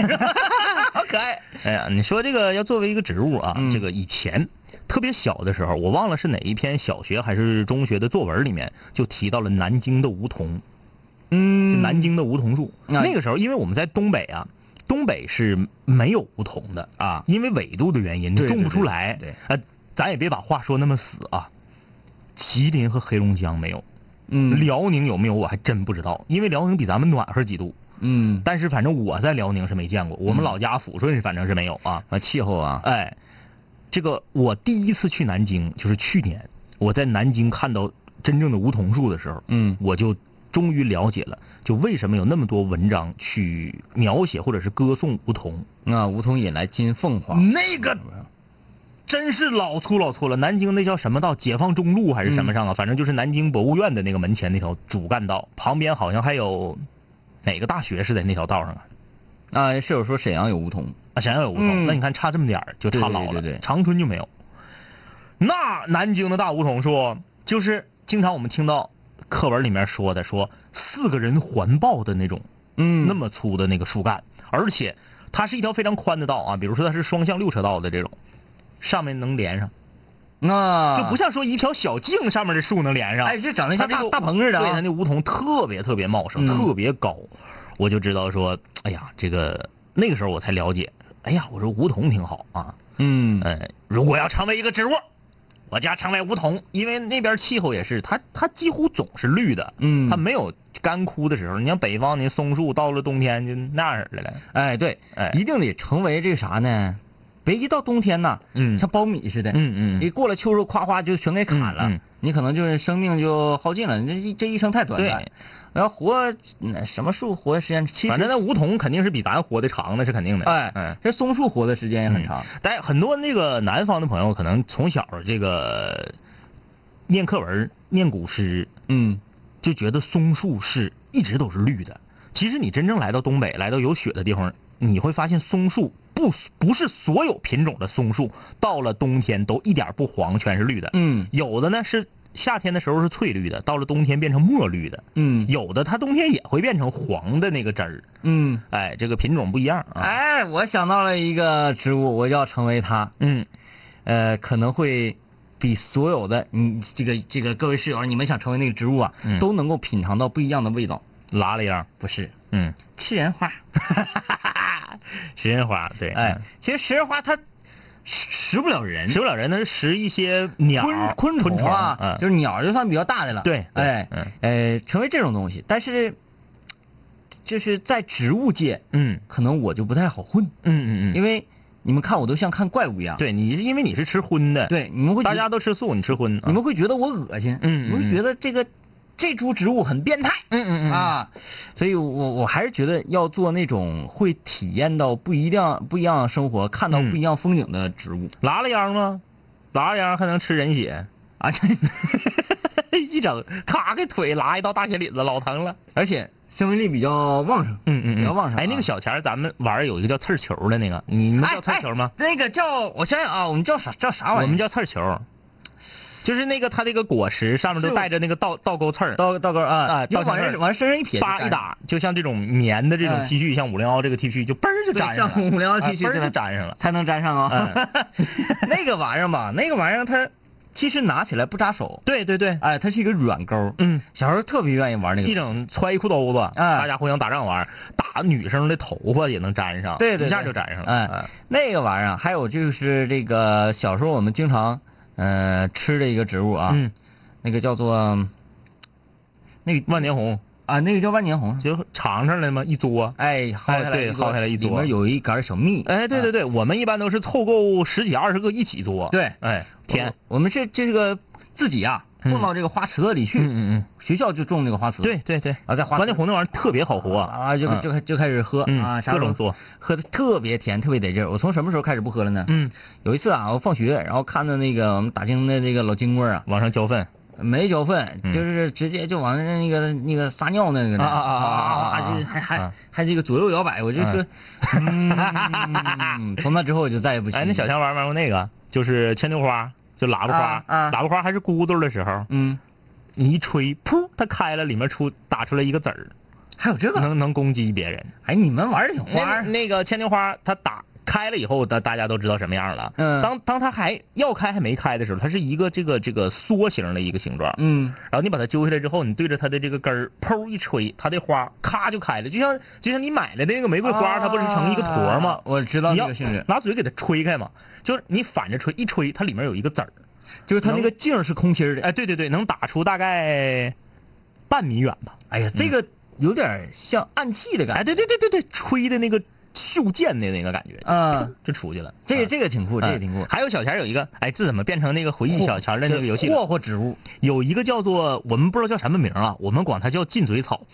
[SPEAKER 3] 好可爱。
[SPEAKER 4] 哎呀，你说这个要作为一个植物啊，
[SPEAKER 3] 嗯
[SPEAKER 4] 这个以前特别小的时候，我忘了是哪一篇小学还是中学的作文里面就提到了南京的梧桐。
[SPEAKER 3] 嗯
[SPEAKER 4] 是南京的梧桐树。
[SPEAKER 3] 啊
[SPEAKER 4] 那个时候，因为我们在东北啊，东北是没有梧桐的啊，因为纬度的原因，
[SPEAKER 3] 嗯
[SPEAKER 4] 你
[SPEAKER 3] 对
[SPEAKER 4] 种不
[SPEAKER 3] 对
[SPEAKER 4] 出
[SPEAKER 3] 对
[SPEAKER 4] 来。
[SPEAKER 3] 对
[SPEAKER 4] 啊，咱也别把话说那么死啊。吉林和黑龙江没有，
[SPEAKER 3] 嗯
[SPEAKER 4] 辽宁有没有我还真不知道，因为辽宁比咱们暖和几度。
[SPEAKER 3] 嗯，
[SPEAKER 4] 但是反正我在辽宁是没见过，我们
[SPEAKER 3] 嗯
[SPEAKER 4] 老家抚顺反正是没有啊。
[SPEAKER 3] 啊气候啊，
[SPEAKER 4] 哎，这个我第一次去南京就是去年，我在南京看到真正的梧桐树的时候，
[SPEAKER 3] 嗯
[SPEAKER 4] 我就终于了解了，就为什么有那么多文章去描写或者是歌颂梧桐。啊
[SPEAKER 3] 那梧桐引来金凤凰，
[SPEAKER 4] 那个真是老粗老粗了，南京那叫什么道？解放中路还是什么上啊？反正就是南京博物院的那个门前那条主干道，旁边好像还有哪个大学是在那条道上啊？
[SPEAKER 3] 啊，室友说沈阳有梧桐，
[SPEAKER 4] 啊，沈阳有梧桐，
[SPEAKER 3] 嗯
[SPEAKER 4] 那你看差这么点儿就差老
[SPEAKER 3] 对对
[SPEAKER 4] 了，
[SPEAKER 3] 对对
[SPEAKER 4] 长春就没有。那南京的大梧桐树，就是经常我们听到课文里面说的，说四个人环抱的那种，
[SPEAKER 3] 嗯
[SPEAKER 4] 那么粗的那个树干，而且它是一条非常宽的道啊，比如说它是双向六车道的这种，上面能连上，
[SPEAKER 3] 那
[SPEAKER 4] 就不像说一条小径上面的树能连上，
[SPEAKER 3] 啊哎，这长得
[SPEAKER 4] 它
[SPEAKER 3] 像
[SPEAKER 4] 这
[SPEAKER 3] 大
[SPEAKER 4] 个
[SPEAKER 3] 大棚似的
[SPEAKER 4] 对，它
[SPEAKER 3] 啊，
[SPEAKER 4] 那梧桐特别特别茂盛，
[SPEAKER 3] 嗯
[SPEAKER 4] 特别高，我就知道说，哎呀，这个那个时候我才了解，哎呀，我说梧桐挺好啊，
[SPEAKER 3] 嗯
[SPEAKER 4] 呃，如果要成为一个植物，我家成为梧桐，因为那边气候也是，它它几乎总是绿的，
[SPEAKER 3] 嗯
[SPEAKER 4] 它没有干枯的时候。你像北方，你松树到了冬天就那样的了，
[SPEAKER 3] 哎对，
[SPEAKER 4] 哎，
[SPEAKER 3] 一定得成为这个啥呢？别一到冬天呐，
[SPEAKER 4] 嗯
[SPEAKER 3] 像苞米似的，
[SPEAKER 4] 嗯
[SPEAKER 3] 一过了秋收，夸夸就全给砍了，
[SPEAKER 4] 嗯嗯
[SPEAKER 3] 你可能就是生命就耗尽了。你这一这一生太短暂
[SPEAKER 4] 对，
[SPEAKER 3] 然后活嗯什么树活的时间，其实
[SPEAKER 4] 反正那梧桐肯定是比咱活得长的，是肯定的。
[SPEAKER 3] 哎，
[SPEAKER 4] 嗯。
[SPEAKER 3] 这松树活的时间也很长。
[SPEAKER 4] 但很多那个南方的朋友可能从小这个念课文、念古诗，
[SPEAKER 3] 嗯
[SPEAKER 4] 就觉得松树是一直都是绿的。其实你真正来到东北，来到有雪的地方，你会发现松树不不是所有品种的松树，到了冬天都一点不黄，全是绿的。
[SPEAKER 3] 嗯
[SPEAKER 4] 有的呢是夏天的时候是翠绿的，到了冬天变成墨绿的。
[SPEAKER 3] 嗯
[SPEAKER 4] 有的它冬天也会变成黄的那个汁儿。
[SPEAKER 3] 嗯。
[SPEAKER 4] 哎，这个品种不一样啊。
[SPEAKER 3] 哎，我想到了一个植物，我要成为它，
[SPEAKER 4] 嗯，
[SPEAKER 3] 呃，可能会比所有的你这个这个各位室友，你们想成为那个植物啊，
[SPEAKER 4] 嗯
[SPEAKER 3] 都能够品尝到不一样的味道。
[SPEAKER 4] 拉了样。
[SPEAKER 3] 不是
[SPEAKER 4] 嗯，
[SPEAKER 3] 吃人花，
[SPEAKER 4] 食人花，对，嗯
[SPEAKER 3] 哎，其实食人花它食食不了人，
[SPEAKER 4] 食不了人，它是食一些鸟、
[SPEAKER 3] 昆
[SPEAKER 4] 昆
[SPEAKER 3] 虫啊，
[SPEAKER 4] 嗯，
[SPEAKER 3] 就是鸟儿就算比较大的了。
[SPEAKER 4] 对对
[SPEAKER 3] 哎，
[SPEAKER 4] 嗯
[SPEAKER 3] 呃，成为这种东西，但是就是在植物界，
[SPEAKER 4] 嗯
[SPEAKER 3] 可能我就不太好混，
[SPEAKER 4] 嗯嗯嗯，
[SPEAKER 3] 因为你们看我都像看怪物一样。
[SPEAKER 4] 对你是因为你是吃荤的，，
[SPEAKER 3] 对，你们会觉
[SPEAKER 4] 大
[SPEAKER 3] 得
[SPEAKER 4] 家都吃素，你吃荤，啊
[SPEAKER 3] 你们会觉得我恶心，
[SPEAKER 4] 嗯嗯
[SPEAKER 3] 你们
[SPEAKER 4] 嗯
[SPEAKER 3] 会觉得这个这株植物很变态，
[SPEAKER 4] 嗯嗯嗯
[SPEAKER 3] 啊，所以我我还是觉得要做那种会体验到不一样不一样的生活，看到
[SPEAKER 4] 嗯
[SPEAKER 3] 不一样风景的植物、
[SPEAKER 4] 拉了秧吗？拉了秧还能吃人血，
[SPEAKER 3] 啊，这
[SPEAKER 4] 一整咔给腿拉一道大血淋子，老疼了。
[SPEAKER 3] 而且生命力比较旺盛，
[SPEAKER 4] 嗯嗯，
[SPEAKER 3] 比较旺盛啊。
[SPEAKER 4] 哎，那个小钱儿咱们玩儿有一个叫刺儿球的那个，你们
[SPEAKER 3] 哎
[SPEAKER 4] 叫刺儿球吗？
[SPEAKER 3] 哎那个叫我想想啊，我们叫啥叫啥玩意儿？
[SPEAKER 4] 我们叫刺儿球，就是那个它那个果实上面
[SPEAKER 3] 是
[SPEAKER 4] 都
[SPEAKER 3] 我
[SPEAKER 4] 带着那个倒倒钩刺儿，
[SPEAKER 3] 倒倒钩啊
[SPEAKER 4] 啊
[SPEAKER 3] 就
[SPEAKER 4] 倒钩
[SPEAKER 3] 往
[SPEAKER 4] 刺儿
[SPEAKER 3] 人往身上一撇，
[SPEAKER 4] 叭一，打，就像这种棉的这种
[SPEAKER 3] 哎
[SPEAKER 4] T 恤，像五零幺这个 T 恤就嘣儿就
[SPEAKER 3] 对
[SPEAKER 4] 粘上了，
[SPEAKER 3] 像501
[SPEAKER 4] 哎
[SPEAKER 3] T 恤
[SPEAKER 4] 嘣儿
[SPEAKER 3] 是吧
[SPEAKER 4] 就粘上了。
[SPEAKER 3] 才能粘上
[SPEAKER 4] 嗯
[SPEAKER 3] 啊。
[SPEAKER 4] 哎
[SPEAKER 3] 那个玩意儿吧，那个玩意儿它其实拿起来不扎手，
[SPEAKER 4] 对对对，
[SPEAKER 3] 哎，它是一个软钩。
[SPEAKER 4] 嗯，
[SPEAKER 3] 小时候特别愿意玩那个
[SPEAKER 4] 一整啊揣一裤兜子，
[SPEAKER 3] 哎
[SPEAKER 4] 大家互相打仗玩儿，打女生的头发也能粘上，
[SPEAKER 3] 对对对
[SPEAKER 4] 一下就粘上了。啊
[SPEAKER 3] 哎，那个玩意儿，还有就是这个小时候我们经常呃吃的一个植物啊，
[SPEAKER 4] 嗯，
[SPEAKER 3] 那个叫做那个
[SPEAKER 4] 万年红
[SPEAKER 3] 啊，那个叫万年红，
[SPEAKER 4] 就尝尝来嘛，一嘬。
[SPEAKER 3] 哎，薅下来
[SPEAKER 4] 对
[SPEAKER 3] 一撮
[SPEAKER 4] 薅下来一撮
[SPEAKER 3] 里面有一杆小蜜，
[SPEAKER 4] 哎，对对
[SPEAKER 3] 对
[SPEAKER 4] 对，我们一般都是凑够十几二十个一起嘬。
[SPEAKER 3] 对
[SPEAKER 4] 哎，甜。
[SPEAKER 3] 我们是这个自己啊
[SPEAKER 4] 嗯
[SPEAKER 3] 种到这个花池子里去，
[SPEAKER 4] 嗯嗯
[SPEAKER 3] 学校就种这个花池，
[SPEAKER 4] 嗯，对，对对。
[SPEAKER 3] 啊，在花
[SPEAKER 4] 万
[SPEAKER 3] 池
[SPEAKER 4] 年红那玩意儿特别好活
[SPEAKER 3] 啊，就
[SPEAKER 4] 嗯
[SPEAKER 3] 就开就开始喝
[SPEAKER 4] 嗯
[SPEAKER 3] 啊，啥
[SPEAKER 4] 各
[SPEAKER 3] 时候
[SPEAKER 4] 种嘬。
[SPEAKER 3] 喝的特别甜，特别得劲儿。我从什么时候开始不喝了呢？
[SPEAKER 4] 嗯，
[SPEAKER 3] 有一次啊，我放学然后看到那个我们打更的那个老金棍儿啊，
[SPEAKER 4] 往上浇粪。
[SPEAKER 3] 没浇粪，
[SPEAKER 4] 嗯
[SPEAKER 3] 就是直接就往那那个那个撒尿那个呢
[SPEAKER 4] 啊啊啊啊啊啊啊
[SPEAKER 3] 就还还
[SPEAKER 4] 啊
[SPEAKER 3] 还这个左右摇摆，我就说，嗯，从那之后我就再也不去。
[SPEAKER 4] 哎，那小强玩没玩过那个？就是牵牛花，就喇叭花，
[SPEAKER 3] 啊啊
[SPEAKER 4] 喇叭花还是咕嘟的时候，
[SPEAKER 3] 嗯，
[SPEAKER 4] 你一吹，噗，它开了，里面出打出来一个籽儿，
[SPEAKER 3] 还有这个，
[SPEAKER 4] 能能攻击别人。
[SPEAKER 3] 哎，你们玩的挺花
[SPEAKER 4] 嗯那
[SPEAKER 3] 儿，
[SPEAKER 4] 那个牵牛花，它打开了以后，大大家都知道什么样了。
[SPEAKER 3] 嗯
[SPEAKER 4] 当当它还要开还没开的时候，它是一个这个这个梭形的一个形状。
[SPEAKER 3] 嗯，
[SPEAKER 4] 然后你把它揪下来之后，你对着它的这个根儿，噗一吹，它的花咔就开了，就像就像你买的那个玫瑰花，它不是成一个坨吗
[SPEAKER 3] 啊？我啊知道
[SPEAKER 4] 你
[SPEAKER 3] 那
[SPEAKER 4] 要
[SPEAKER 3] 个性 质，
[SPEAKER 4] 拿嘴给它吹开嘛，就是你反着吹，一吹它里面有一个籽儿。
[SPEAKER 3] 就是它那个茎儿是空心儿的。
[SPEAKER 4] 哎，对对对，能打出大概半米远吧。
[SPEAKER 3] 哎呀，这个有点像暗器的感觉。
[SPEAKER 4] 哎，对对对对对，吹的那个袖箭的那个感觉，
[SPEAKER 3] 嗯，
[SPEAKER 4] 就出去了。
[SPEAKER 3] 这
[SPEAKER 4] 啊
[SPEAKER 3] 个这个挺酷，这个挺酷
[SPEAKER 4] 嗯。还有小钱儿有一个，哎，这怎么变成那个回忆小钱儿的那个游戏
[SPEAKER 3] 霍
[SPEAKER 4] 了？
[SPEAKER 3] 霍植物，
[SPEAKER 4] 有一个叫做我们不知道叫什么名儿啊，我们管它叫进嘴草，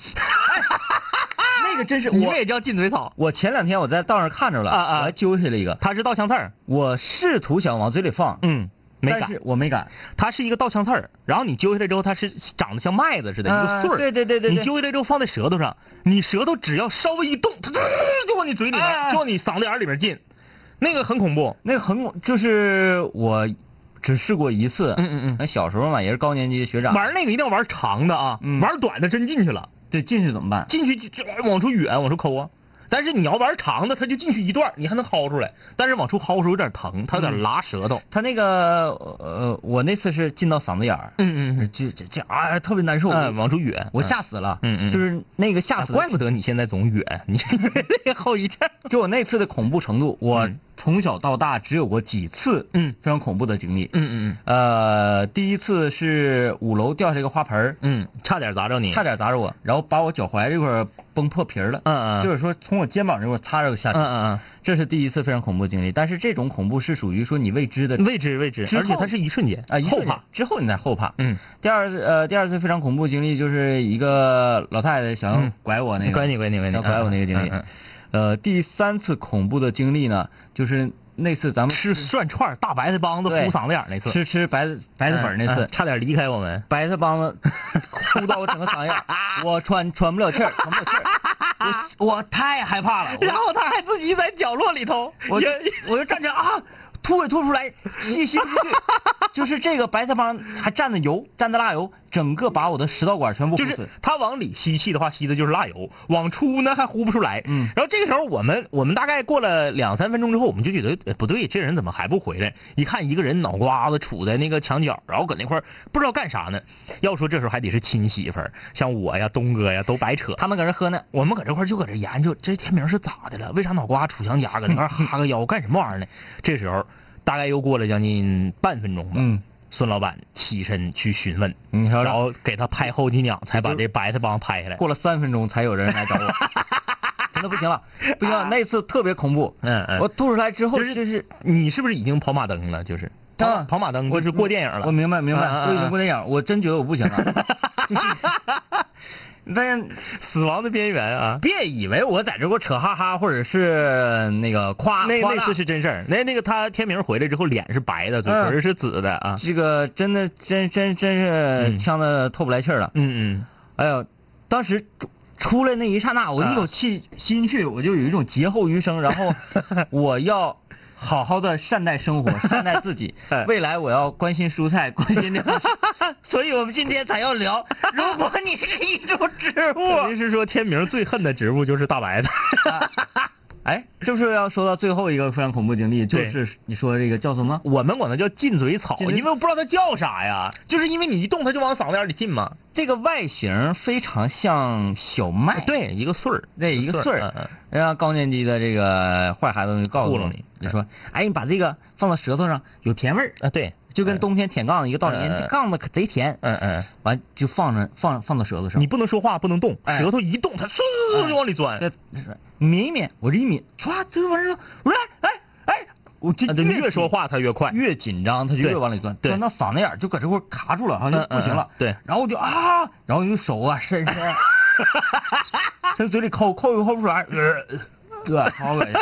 [SPEAKER 3] 那个真是
[SPEAKER 4] 你
[SPEAKER 3] 我
[SPEAKER 4] 们。也叫进嘴草。
[SPEAKER 3] 我前两天我在道上看着了，
[SPEAKER 4] 啊啊
[SPEAKER 3] 我还揪下了一个，
[SPEAKER 4] 它是稻香刺儿，
[SPEAKER 3] 我试图想往嘴里放，
[SPEAKER 4] 嗯，没
[SPEAKER 3] 但
[SPEAKER 4] 敢
[SPEAKER 3] 是。我没敢。
[SPEAKER 4] 它是一个稻香刺儿，然后你揪下来之后，它是长得像麦子似的，一
[SPEAKER 3] 啊
[SPEAKER 4] 个穗儿。
[SPEAKER 3] 对对对对对
[SPEAKER 4] 你揪下来之后放在舌头上，你舌头只要稍微一动，它就往你嘴里
[SPEAKER 3] 哎
[SPEAKER 4] 面，就往你嗓子眼儿里面进，那个很恐怖。
[SPEAKER 3] 那个很恐，就是我只试过一次。
[SPEAKER 4] 嗯嗯嗯
[SPEAKER 3] 那小时候嘛，也是高年级学长。
[SPEAKER 4] 玩那个一定要玩长的啊，
[SPEAKER 3] 嗯
[SPEAKER 4] 玩短的真进去了，
[SPEAKER 3] 对进去怎么办？
[SPEAKER 4] 进去就就往出远，往出抠啊。但是你要玩长的，它就进去一段，你还能薅出来，但是往出薅出有点疼，它有点拉舌头。
[SPEAKER 3] 嗯他那个呃，我那次是进到嗓子眼儿，
[SPEAKER 4] 嗯嗯
[SPEAKER 3] 就这这啊，特别难受，
[SPEAKER 4] 嗯，往出远，
[SPEAKER 3] 我
[SPEAKER 4] 嗯
[SPEAKER 3] 吓死了。
[SPEAKER 4] 嗯嗯
[SPEAKER 3] 就是那个吓
[SPEAKER 4] 啊
[SPEAKER 3] 死的，
[SPEAKER 4] 怪不得你现在总远，你这那个后遗症。
[SPEAKER 3] 就我那次的恐怖程度，我
[SPEAKER 4] 嗯
[SPEAKER 3] 从小到大只有过几次
[SPEAKER 4] 嗯
[SPEAKER 3] 非常恐怖的经历。
[SPEAKER 4] 嗯嗯
[SPEAKER 3] 呃，第一次是五楼掉下一个花盆儿，
[SPEAKER 4] 嗯，差点砸着你。
[SPEAKER 3] 差点砸着我，然后把我脚踝这块儿崩破皮儿了，
[SPEAKER 4] 嗯嗯，
[SPEAKER 3] 就是说从我肩膀这块儿擦着下去，
[SPEAKER 4] 嗯嗯
[SPEAKER 3] 这是第一次非常恐怖的经历。但是这种恐怖是属于说你未知的
[SPEAKER 4] 嗯，未知未知，
[SPEAKER 3] 之
[SPEAKER 4] 而且
[SPEAKER 3] 后
[SPEAKER 4] 它是一瞬间
[SPEAKER 3] 啊，一
[SPEAKER 4] 后
[SPEAKER 3] 瞬间
[SPEAKER 4] 怕。
[SPEAKER 3] 之后你才后怕。
[SPEAKER 4] 嗯，
[SPEAKER 3] 第二次呃，第二次非常恐怖的经历就是一个老太太想要
[SPEAKER 4] 嗯
[SPEAKER 3] 拐我那个，
[SPEAKER 4] 拐你拐你拐你，
[SPEAKER 3] 想拐我那个经历
[SPEAKER 4] 嗯嗯嗯。
[SPEAKER 3] 呃，第三次恐怖的经历呢，就是那次咱们
[SPEAKER 4] 吃涮串儿大白菜帮子
[SPEAKER 3] 对
[SPEAKER 4] 糊嗓子眼儿那次，
[SPEAKER 3] 吃吃白白菜粉儿那
[SPEAKER 4] 嗯
[SPEAKER 3] 次
[SPEAKER 4] 嗯，差点离开我们。
[SPEAKER 3] 白菜帮子 哭到我整个嗓子眼儿，我喘喘不了气儿，喘不了气儿，我我太害怕了，
[SPEAKER 4] 然
[SPEAKER 3] 我
[SPEAKER 4] 后他还自己在角落里头，
[SPEAKER 3] 我就
[SPEAKER 4] 也
[SPEAKER 3] 我就站起来啊，吐也吐不出来，吸吸不进去，就是这个白菜帮还蘸的油，蘸的辣油，整个把我的食道管全部
[SPEAKER 4] 就
[SPEAKER 3] 封死
[SPEAKER 4] 是。它往里吸气的话，吸的就是辣油；往出呢，还呼不出来。
[SPEAKER 3] 嗯，
[SPEAKER 4] 然后这个时候，我们我们大概过了两三分钟之后，我们就觉得、呃不对，这人怎么还不回来？一看一个人脑瓜子杵在那个墙角，然后搁那块儿不知道干啥呢。要说这时候还得是亲媳妇儿，像我呀、东哥呀都白扯，他们搁这喝呢，我们搁这块儿就搁这研究这天明是咋的了？为啥脑瓜杵墙角，搁那块儿哈个腰干什么玩意儿呢？这时候大概又过了将近半分钟吧。
[SPEAKER 3] 嗯，
[SPEAKER 4] 孙老板起身去询问，
[SPEAKER 3] 你瞧
[SPEAKER 4] 然
[SPEAKER 3] 瞧，
[SPEAKER 4] 后嗯给他拍后脊梁，才把这白菜帮拍下来。
[SPEAKER 3] 过了三分钟才有人来找 我，真的不行了，不行了，那次特别恐怖。
[SPEAKER 4] 嗯嗯，
[SPEAKER 3] 我吐出来之后
[SPEAKER 4] 啊就是
[SPEAKER 3] 就是
[SPEAKER 4] 你是不是已经跑马灯了？就是
[SPEAKER 3] 啊
[SPEAKER 4] 跑跑马灯，
[SPEAKER 3] 我
[SPEAKER 4] 就是过电影
[SPEAKER 3] 我
[SPEAKER 4] 了。
[SPEAKER 3] 明白明
[SPEAKER 4] 啊啊
[SPEAKER 3] 白，
[SPEAKER 4] 啊
[SPEAKER 3] 我已经过电影，我真觉得我不行 了。 但是
[SPEAKER 4] 死亡的边缘啊，
[SPEAKER 3] 别以为我在这给我扯哈哈，或者是那个夸
[SPEAKER 4] 那
[SPEAKER 3] 夸
[SPEAKER 4] 那
[SPEAKER 3] 大
[SPEAKER 4] 次是真事儿。那那个他天明回来之后，脸是白的，嘴
[SPEAKER 3] 嗯
[SPEAKER 4] 唇是紫的啊。
[SPEAKER 3] 这个真的真真真是
[SPEAKER 4] 嗯
[SPEAKER 3] 呛得透不来气儿了。
[SPEAKER 4] 嗯
[SPEAKER 3] 哎呦，当时出出来那一刹那，我一口气心去，我就有一种劫后余生，然 后我要好好的善待生 活，善待自己，未来我要关心蔬菜， 关心粮食。所以我们今天才要 聊，如果你是一种植
[SPEAKER 4] 嗯，
[SPEAKER 3] 物，
[SPEAKER 4] 您是说天明最恨的植物就是大白菜？
[SPEAKER 3] 哎，这不是要说到最后一个非常恐怖经历，就
[SPEAKER 4] 对
[SPEAKER 3] 是你说这个叫什么？
[SPEAKER 4] 我们管它叫进嘴草，
[SPEAKER 3] 进嘴
[SPEAKER 4] 因为我不知道它叫啥呀，就是因为你一动它就往嗓子眼里进嘛。
[SPEAKER 3] 这个外形非常像小麦，
[SPEAKER 4] 对，一个穗儿，
[SPEAKER 3] 对一个穗儿
[SPEAKER 4] 嗯嗯
[SPEAKER 3] 人家高年级的这个坏孩子们就告诉
[SPEAKER 4] 糊弄
[SPEAKER 3] 你
[SPEAKER 4] 你，
[SPEAKER 3] 你说，哎，你把这个放到舌头上，有甜味儿，呃
[SPEAKER 4] 啊，对，
[SPEAKER 3] 就跟冬天舔杠子一个道理，
[SPEAKER 4] 嗯嗯嗯
[SPEAKER 3] 这杠子可贼甜，
[SPEAKER 4] 嗯嗯，
[SPEAKER 3] 完就放着放放到舌头上，
[SPEAKER 4] 你不能说话，不能动，
[SPEAKER 3] 哎
[SPEAKER 4] 舌头一动，它嗖
[SPEAKER 3] 哎
[SPEAKER 4] 就往里钻。
[SPEAKER 3] 这抿一抿，我这一抿，唰，这玩意儿，我说哎哎，我这
[SPEAKER 4] 啊对你越
[SPEAKER 3] 紧
[SPEAKER 4] 说话它越快。
[SPEAKER 3] 越紧张，它就
[SPEAKER 4] 对
[SPEAKER 3] 越往里钻，
[SPEAKER 4] 对
[SPEAKER 3] 钻到嗓子眼儿就搁这块儿卡住了，好像
[SPEAKER 4] 嗯
[SPEAKER 3] 就不行了
[SPEAKER 4] 嗯。嗯对
[SPEAKER 3] 然后我就啊，然后用手啊伸伸， 伸嘴里抠抠又抠不出来，呃对，好恶心。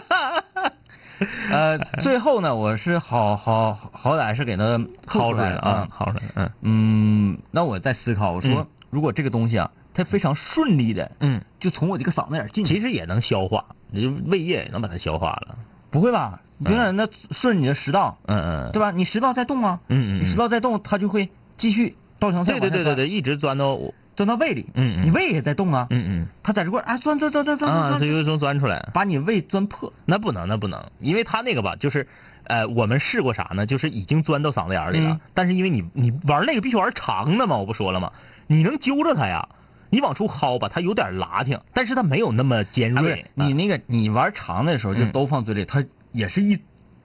[SPEAKER 3] 呃，最后呢，我是好好好歹是给它
[SPEAKER 4] 薅
[SPEAKER 3] 薅
[SPEAKER 4] 出
[SPEAKER 3] 出
[SPEAKER 4] 来
[SPEAKER 3] 来
[SPEAKER 4] 了
[SPEAKER 3] 了
[SPEAKER 4] 啊，。薅出来了，嗯
[SPEAKER 3] 嗯，那我在思考，我说
[SPEAKER 4] 嗯
[SPEAKER 3] 如果这个东西啊，它非常顺利的，
[SPEAKER 4] 嗯，
[SPEAKER 3] 就从我这个嗓子眼儿进去，
[SPEAKER 4] 其实也能消化，你就胃液也能把它消化了，
[SPEAKER 3] 不会吧？你就让它顺你的食道，
[SPEAKER 4] 嗯嗯，
[SPEAKER 3] 对吧？你食道在动啊，
[SPEAKER 4] 嗯嗯
[SPEAKER 3] 你食
[SPEAKER 4] 嗯，
[SPEAKER 3] 道在动，它就会继续倒墙
[SPEAKER 4] 对
[SPEAKER 3] 菜。
[SPEAKER 4] 对对对，对，一直钻到我，
[SPEAKER 3] 钻到胃里，
[SPEAKER 4] 嗯嗯
[SPEAKER 3] 你胃也在动啊，
[SPEAKER 4] 嗯
[SPEAKER 3] 它在这块儿啊钻钻钻钻
[SPEAKER 4] 嗯，
[SPEAKER 3] 钻
[SPEAKER 4] 啊，
[SPEAKER 3] 钻
[SPEAKER 4] 它
[SPEAKER 3] 钻，
[SPEAKER 4] 有一种钻出来，
[SPEAKER 3] 把你胃钻破，
[SPEAKER 4] 那不能那不能，因为它那个吧，就是，呃，我们试过啥呢？就是已经钻到嗓子眼里了
[SPEAKER 3] 嗯，
[SPEAKER 4] 但是因为你你玩那个必须玩长的嘛，我不说了吗？你能揪着它呀，你往出薅吧，它有点拉挺，但是它没有那么尖
[SPEAKER 3] 啊不
[SPEAKER 4] 锐
[SPEAKER 3] 是，你那个你玩长的时候就
[SPEAKER 4] 嗯
[SPEAKER 3] 都放嘴里，它也是一，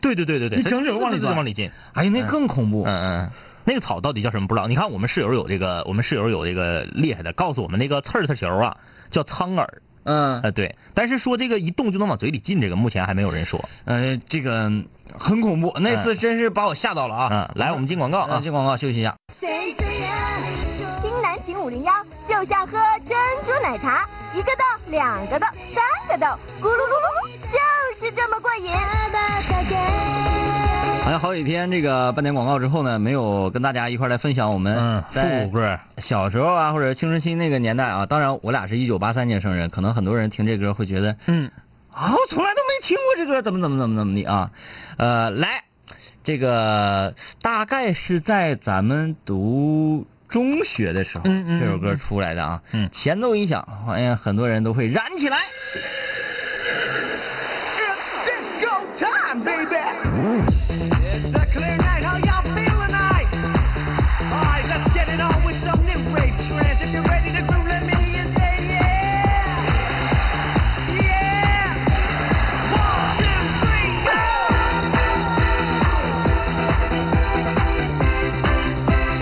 [SPEAKER 4] 对对对对对，
[SPEAKER 3] 一整整往里钻
[SPEAKER 4] 往里进，
[SPEAKER 3] 哎呀那更恐怖，
[SPEAKER 4] 嗯，嗯，那个草到底叫什么不知道？你看我们室友有这个，我们室友有这个厉害的，告诉我们那个刺儿刺球啊，叫苍耳。
[SPEAKER 3] 嗯
[SPEAKER 4] 呃，对，但是说这个一动就能往嘴里进，这个目前还没有人说。
[SPEAKER 3] 呃这个嗯很恐怖，那次真是把我吓到了啊！
[SPEAKER 4] 嗯，来，我们进广告
[SPEAKER 3] 呃
[SPEAKER 4] 啊。
[SPEAKER 3] 进广告休息一下。
[SPEAKER 5] 谁最爱？听南秦五零幺，就像喝珍珠奶茶，一个豆，两个豆，三个豆，咕噜噜噜噜，就是这么过瘾。
[SPEAKER 3] 好像好几天这个半点广告之后呢，没有跟大家一块儿来分享我
[SPEAKER 4] 嗯
[SPEAKER 3] 们在
[SPEAKER 4] 富贵，
[SPEAKER 3] 小时候啊或者青春期那个年代啊。当然，我俩是一九八三年生人，可能很多人听这歌会觉得，
[SPEAKER 4] 嗯，
[SPEAKER 3] 啊，我从来都没听过这歌，怎么怎么怎么怎么的啊？呃，来，这个大概是在咱们读中学的时候，
[SPEAKER 4] 嗯嗯
[SPEAKER 3] 这首歌出来的啊。
[SPEAKER 4] 嗯
[SPEAKER 3] 前奏一响，好像很多人都会燃起来。
[SPEAKER 6] It's a clean night,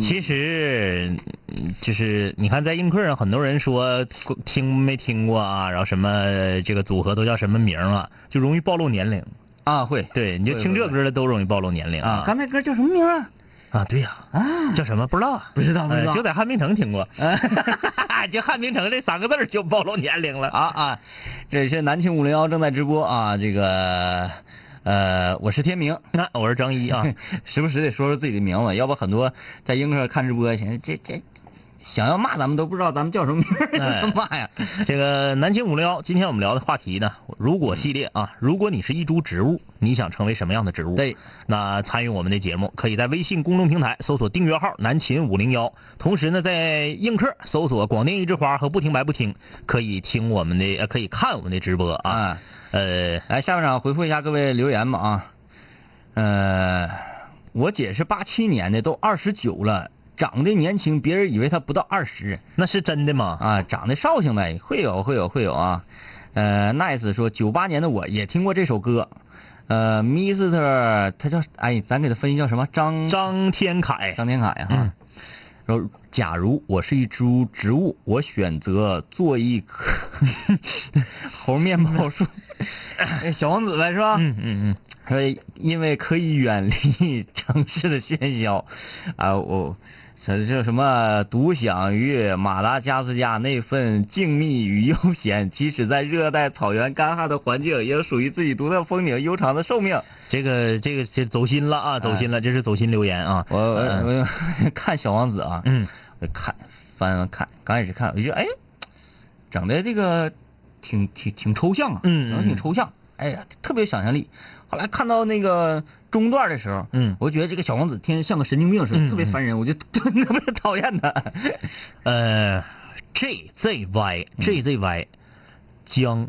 [SPEAKER 4] 其实嗯就是你看，在映客上，很多人说听没听过啊，然后什么这个组合都叫什么名儿啊，就容易暴露年龄。
[SPEAKER 3] 啊，会
[SPEAKER 4] 对，你就
[SPEAKER 3] 会
[SPEAKER 4] 听
[SPEAKER 3] 会
[SPEAKER 4] 这歌儿的都容易暴露年龄
[SPEAKER 3] 啊，
[SPEAKER 4] 啊
[SPEAKER 3] 刚才歌叫什么名啊？
[SPEAKER 4] 啊！对呀，
[SPEAKER 3] 啊，
[SPEAKER 4] 叫什么不知道啊？
[SPEAKER 3] 不知道不知道哎
[SPEAKER 4] 呃就在汉明城听 过。 就汉明城这三个字儿就暴露年龄了
[SPEAKER 3] 啊啊！这是南青五零幺正在直播啊，这个呃，我是天明，
[SPEAKER 4] 那我是张一 啊，
[SPEAKER 3] 时不时得说说自己的名字，要不很多在英克看直播，寻思这这想要骂咱们都不知道咱们叫什么名儿，
[SPEAKER 4] 哎
[SPEAKER 3] 怎么骂呀？
[SPEAKER 4] 这个南青五零幺，今天我们聊的话题呢，如果系列啊，如果你是一株植物，你想成为什么样的植物？
[SPEAKER 3] 对，
[SPEAKER 4] 那参与我们的节目，可以在微信公众平台搜索订阅号“南秦五零幺”，同时呢，在映客搜索“广电一枝花”和“不听白不听”，可以听我们的，呃，可以看我们的直播啊。
[SPEAKER 3] 啊，
[SPEAKER 4] 呃，
[SPEAKER 3] 来下半场回复一下各位留言吧啊。呃，我姐是八七年的，都二十九了，长得年轻，别人以为她不到二十。
[SPEAKER 4] 那是真的吗？
[SPEAKER 3] 啊，长得绍兴呗，会有会有会有啊。呃，Nice 说九八年的我也听过这首歌，呃，Mr 他叫哎，咱给他分析叫什么？张
[SPEAKER 4] 张天凯，
[SPEAKER 3] 张天凯哈。然后，假如我是一株植物，我选择做一棵 猴面包树，哎小王子呗是吧？
[SPEAKER 4] 嗯嗯嗯，
[SPEAKER 3] 说因为可以远离城市的喧嚣，啊，我这这什么独享于马达加斯加那份静谧与悠闲，即使在热带草原干旱的环境，也有属于自己独特风景、悠长的寿命。
[SPEAKER 4] 这个这个这走心了啊，走
[SPEAKER 3] 哎
[SPEAKER 4] 心了，这是走心留言啊。
[SPEAKER 3] 我我我 看小王子啊，
[SPEAKER 4] 嗯，
[SPEAKER 3] 我看翻翻看，刚开始看我就哎，整的这个挺挺挺抽象啊，
[SPEAKER 4] 嗯嗯
[SPEAKER 3] 整的挺抽象，哎呀，特别有想象力。后来看到那个中段的时候，
[SPEAKER 4] 嗯
[SPEAKER 3] 我就觉得这个小王子天天像个神经病似
[SPEAKER 4] 嗯
[SPEAKER 3] 的，特别烦人，我就特 别讨厌他。
[SPEAKER 4] 呃，J Z Y
[SPEAKER 3] 嗯
[SPEAKER 4] J Z Y，江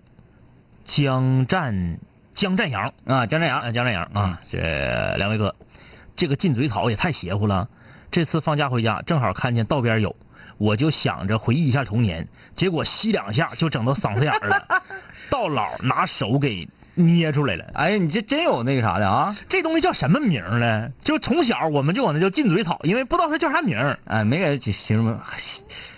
[SPEAKER 4] 江战江战阳
[SPEAKER 3] 啊，江振
[SPEAKER 4] 啊，
[SPEAKER 3] 阳，嗯
[SPEAKER 4] 江战阳啊，这两位哥，这个进嘴草也太邪乎了。这次放假回家，正好看见道边有，我就想着回忆一下童年，结果吸两下就整到嗓子眼 儿了，到老拿手给捏出来了。
[SPEAKER 3] 哎呀，你这真有那个啥的啊？
[SPEAKER 4] 这东西叫什么名儿呢？就从小我们就管它叫进嘴草，因为不知道它叫啥名儿。
[SPEAKER 3] 哎，没给他形容，哎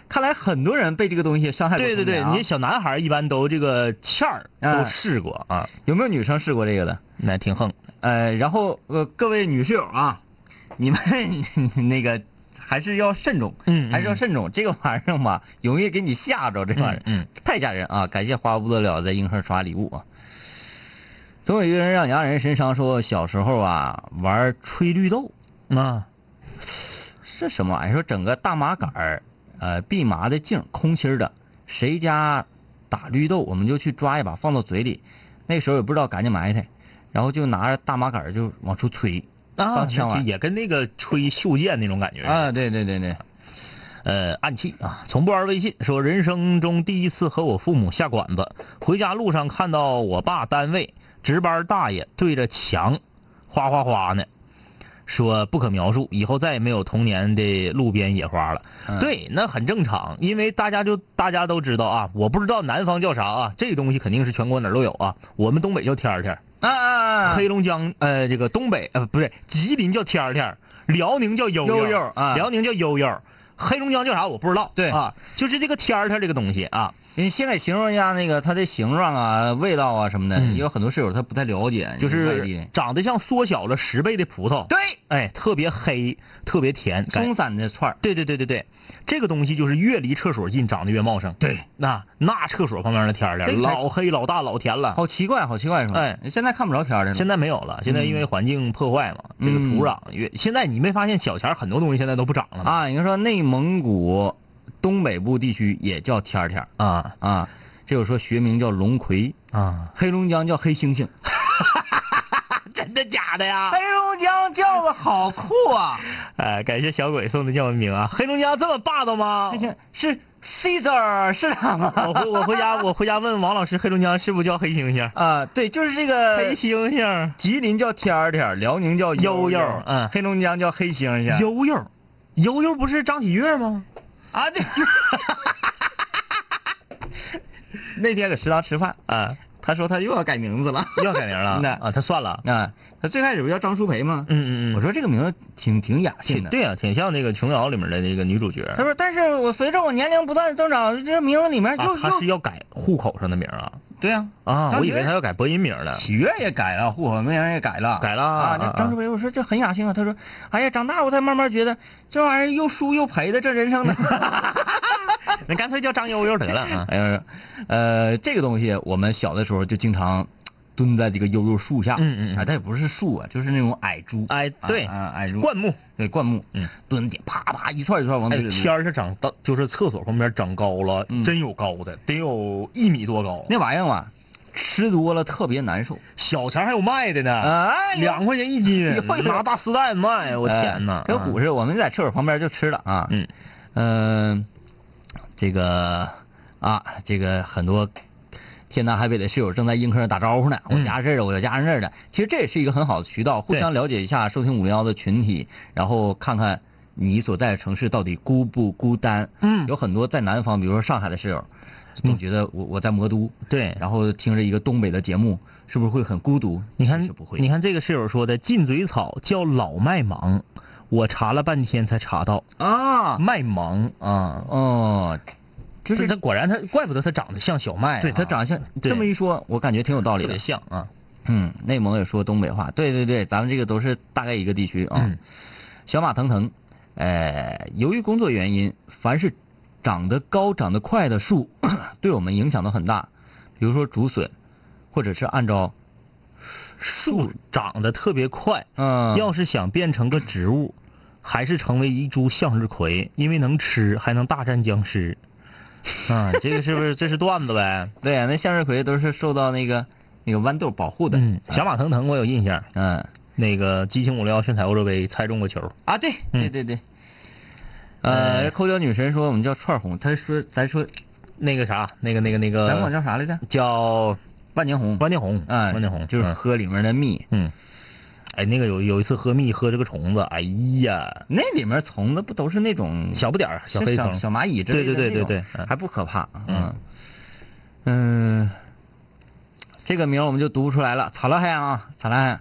[SPEAKER 3] 看来很多人被这个东西伤害过
[SPEAKER 4] 对
[SPEAKER 3] 童
[SPEAKER 4] 对对，
[SPEAKER 3] 年啊。
[SPEAKER 4] 你小男孩一般都这个欠儿
[SPEAKER 3] 嗯
[SPEAKER 4] 都试过啊，
[SPEAKER 3] 有没有女生试过这个的？
[SPEAKER 4] 那挺横。
[SPEAKER 3] 呃，然后呃，各位女室友啊， 你们那个还是要慎重，
[SPEAKER 4] 嗯嗯
[SPEAKER 3] 还是要慎重。这个玩意儿嘛， 容易给你吓着，这玩意儿、
[SPEAKER 4] 嗯嗯
[SPEAKER 3] 太吓人啊！感谢花不得了在硬核刷礼物啊。总有一个人让你让人神伤，说小时候啊玩吹绿豆
[SPEAKER 4] 啊，
[SPEAKER 3] 是什么玩意儿？说整个大麻杆儿，呃，蓖麻的茎，空心儿的，谁家打绿豆，我们就去抓一把放到嘴里。那时候也不知道赶紧埋汰，然后就拿着大麻杆儿就往出吹。
[SPEAKER 4] 啊，
[SPEAKER 3] 当枪
[SPEAKER 4] 那
[SPEAKER 3] 玩
[SPEAKER 4] 就也跟那个吹袖箭那种感觉似的
[SPEAKER 3] 啊，对对对对，
[SPEAKER 4] 呃，暗器啊，从不玩微信说，人生中第一次和我父母下馆子，回家路上看到我爸单位值班大爷对着墙哗哗哗呢，说不可描述，以后再也没有童年的路边野花了。
[SPEAKER 3] 嗯
[SPEAKER 4] 对，那很正常，因为大家就大家都知道啊，我不知道南方叫啥啊，这东西肯定是全国哪儿都有啊，我们东北叫天儿天儿，
[SPEAKER 3] 啊啊
[SPEAKER 4] 黑龙江呃这个东北呃不是吉林叫天儿天儿，辽宁叫悠
[SPEAKER 3] 悠悠啊
[SPEAKER 4] 辽宁叫悠悠，黑龙江叫啥我不知道。
[SPEAKER 3] 对
[SPEAKER 4] 啊，就是这个天儿天儿这个东西啊，
[SPEAKER 3] 你先给形容一下那个它的形状啊、味道啊什么的，
[SPEAKER 4] 嗯
[SPEAKER 3] 也有很多室友他不太了解，
[SPEAKER 4] 就
[SPEAKER 3] 外地
[SPEAKER 4] 是
[SPEAKER 3] 人
[SPEAKER 4] 长得像缩小了十倍的葡萄。
[SPEAKER 3] 对，
[SPEAKER 4] 哎，特别黑，特别甜，感
[SPEAKER 3] 松散的串儿，
[SPEAKER 4] 对对对对对，这个东西就是越离厕所近，长得越茂盛。对，那那厕所旁边的天儿
[SPEAKER 3] 这
[SPEAKER 4] 天
[SPEAKER 3] 个
[SPEAKER 4] 老黑老大老甜了。
[SPEAKER 3] 好奇怪，好奇怪是吧？
[SPEAKER 4] 哎，
[SPEAKER 3] 现在看不着天儿的了。
[SPEAKER 4] 现在没有了，现在因
[SPEAKER 3] 嗯
[SPEAKER 4] 为环境破坏嘛，这个土壤越现在你没发现小钱儿很多东西现在都不长了吗？
[SPEAKER 3] 啊，应该说内蒙古东北部地区也叫天儿天儿
[SPEAKER 4] 啊
[SPEAKER 3] 啊，这有说学名叫龙葵，
[SPEAKER 4] 啊！
[SPEAKER 3] 黑龙江叫黑猩猩，
[SPEAKER 4] 真的假的呀？
[SPEAKER 3] 黑龙江哎叫的好酷啊！
[SPEAKER 4] 哎，感谢小鬼送的叫文名啊！黑龙江这么霸道吗
[SPEAKER 3] 黑？猩是 Caesar 是他吗？
[SPEAKER 4] 我回我回家我回家问王老师，黑龙江是不是叫黑猩猩？
[SPEAKER 3] 啊，对，就是这个
[SPEAKER 4] 黑猩猩，
[SPEAKER 3] 吉林叫天儿天儿，辽宁叫
[SPEAKER 4] 悠悠
[SPEAKER 3] 悠，
[SPEAKER 4] 嗯
[SPEAKER 3] 黑龙江叫黑猩猩，
[SPEAKER 4] 悠悠，悠悠不是张喜悦吗？
[SPEAKER 3] 啊， 对。那天搁食堂吃饭，
[SPEAKER 4] 啊，
[SPEAKER 3] 他说他又要改名字了。
[SPEAKER 4] 又要改名了
[SPEAKER 3] 那
[SPEAKER 4] 啊？他算了，
[SPEAKER 3] 啊，他最开始不叫张淑培吗？
[SPEAKER 4] 嗯嗯嗯，
[SPEAKER 3] 我说这个名字挺挺雅
[SPEAKER 4] 挺
[SPEAKER 3] 兴的。
[SPEAKER 4] 对啊，挺像那个琼瑶里面的那个女主角。
[SPEAKER 3] 他说，但是我随着我年龄不断的增长，这名字里面就
[SPEAKER 4] 啊，他
[SPEAKER 3] 就是
[SPEAKER 4] 要改户口上的名儿啊
[SPEAKER 3] 对呀，
[SPEAKER 4] 啊！
[SPEAKER 3] 张
[SPEAKER 4] 我以
[SPEAKER 3] 学
[SPEAKER 4] 为他要改播音名呢。
[SPEAKER 3] 喜悦也改了，户口名也改了，
[SPEAKER 4] 啊改了
[SPEAKER 3] 啊
[SPEAKER 4] 啊！
[SPEAKER 3] 那
[SPEAKER 4] 啊
[SPEAKER 3] 张志伟，我说这很雅兴啊。他说，哎呀，长大我才慢慢觉得这玩意儿又输又赔的，这人 生呢。
[SPEAKER 4] 那干脆叫张悠悠得了 啊！
[SPEAKER 3] 哎呀，呃，这个东西我们小的时候就经常蹲在这个悠悠树下，
[SPEAKER 4] 嗯嗯嗯
[SPEAKER 3] 啊，它也不是树啊，就是那种矮株，
[SPEAKER 4] 哎，
[SPEAKER 3] 啊
[SPEAKER 4] 对，
[SPEAKER 3] 啊，矮株，
[SPEAKER 4] 灌木，
[SPEAKER 3] 对灌木，
[SPEAKER 4] 嗯，
[SPEAKER 3] 蹲点，啪啪一串一串往
[SPEAKER 4] 哎
[SPEAKER 3] 嘴，里
[SPEAKER 4] 天
[SPEAKER 3] 撸。
[SPEAKER 4] 儿是长到，就是厕所旁边长高了
[SPEAKER 3] 嗯，
[SPEAKER 4] 真有高的，得有一米多高。
[SPEAKER 3] 那玩意儿啊，吃多了特别难受，
[SPEAKER 4] 小钱还有卖的呢，
[SPEAKER 3] 哎
[SPEAKER 4] 两块钱一 斤
[SPEAKER 3] 哎呦，
[SPEAKER 4] 拿大丝带卖，我天哪！
[SPEAKER 3] 哎跟虎
[SPEAKER 4] 啊
[SPEAKER 3] 似的，我们在厕所旁边就吃了啊。
[SPEAKER 4] 嗯，
[SPEAKER 3] 嗯、这个啊，这个很多天南海北的室友正在映客上打招呼呢。我
[SPEAKER 4] 嗯
[SPEAKER 3] 家这儿的，啊我家那儿的，其实这也是一个很好的渠道，互
[SPEAKER 4] 对
[SPEAKER 3] 相了解一下收听五零幺的群体，然后看看你所在的城市到底孤不孤单。
[SPEAKER 4] 嗯
[SPEAKER 3] 有很多在南方，比如说上海的室友，总觉得我我在魔都，
[SPEAKER 4] 对，
[SPEAKER 3] 然后听着一个东北的节目，是不是会很孤独？
[SPEAKER 4] 你
[SPEAKER 3] 其
[SPEAKER 4] 看
[SPEAKER 3] 实不会，，
[SPEAKER 4] 你看这个室友说的进嘴草叫老麦芒，我查了半天才查到
[SPEAKER 3] 啊，
[SPEAKER 4] 麦芒啊，
[SPEAKER 3] 哦，
[SPEAKER 4] 就
[SPEAKER 3] 就是
[SPEAKER 4] 他果然他，怪不得他长得像小麦啊，
[SPEAKER 3] 对他长相
[SPEAKER 4] 对
[SPEAKER 3] 这么一说，我感觉挺有道理
[SPEAKER 4] 特
[SPEAKER 3] 的
[SPEAKER 4] 别。像啊，
[SPEAKER 3] 嗯，内蒙也说东北话，对对对，咱们这个都是大概一个地区啊。
[SPEAKER 4] 嗯
[SPEAKER 3] 小马腾腾，呃，由于工作原因，凡是长得高、长得快的树， 对我们影响都很大。比如说竹笋，或者是按照
[SPEAKER 4] 树长得特别快，
[SPEAKER 3] 嗯，
[SPEAKER 4] 要是想变成个植物，还是成为一株向日葵，因为能吃，还能大战僵尸。 啊，这个是不是这是段子呗？
[SPEAKER 3] 对啊那向日葵都是受到那个那个豌豆保护的。
[SPEAKER 4] 嗯，小马腾腾我有印象，
[SPEAKER 3] 嗯
[SPEAKER 4] 那个激情五六幺炫彩欧洲杯猜中过球，
[SPEAKER 3] 啊，对
[SPEAKER 4] 嗯
[SPEAKER 3] 对对对。呃，抠脚女神说我们叫串红，她说咱说
[SPEAKER 4] 那个啥，那个那个那个，
[SPEAKER 3] 咱管叫啥来着？
[SPEAKER 4] 叫
[SPEAKER 3] 万年红。
[SPEAKER 4] 万年红
[SPEAKER 3] 啊，
[SPEAKER 4] 万年红
[SPEAKER 3] 就是
[SPEAKER 4] 嗯
[SPEAKER 3] 喝里面的蜜，
[SPEAKER 4] 嗯，哎，那个有有一次喝蜜喝这个虫子，哎呀，
[SPEAKER 3] 那里面虫子不都是那种
[SPEAKER 4] 小不点儿小
[SPEAKER 3] 是
[SPEAKER 4] 飞
[SPEAKER 3] 小
[SPEAKER 4] 虫，
[SPEAKER 3] 小蚂蚁之类的
[SPEAKER 4] 对对对
[SPEAKER 3] 那种
[SPEAKER 4] 对对嗯
[SPEAKER 3] 还不可怕，
[SPEAKER 4] 嗯
[SPEAKER 3] 嗯，嗯这个名儿我们就读不出来了。草拉海啊，草拉海，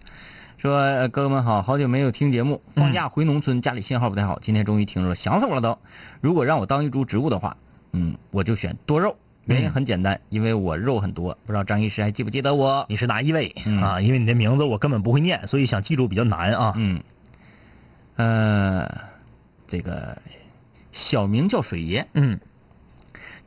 [SPEAKER 3] 说、呃哥哥们好，好久没有听节目，
[SPEAKER 4] 嗯
[SPEAKER 3] 放假回农村，家里信号不太好，今天终于听着了，想死我了都。如果让我当一株植物的话，嗯，我就选多肉，原
[SPEAKER 4] 嗯
[SPEAKER 3] 因很简单，因为我肉很多，不知道张医师还记不记得我？
[SPEAKER 4] 你是哪一位、
[SPEAKER 3] 嗯
[SPEAKER 4] 啊？因为你的名字我根本不会念，所以想记住比较难啊。
[SPEAKER 3] 嗯，呃，这个小名叫水爷。
[SPEAKER 4] 嗯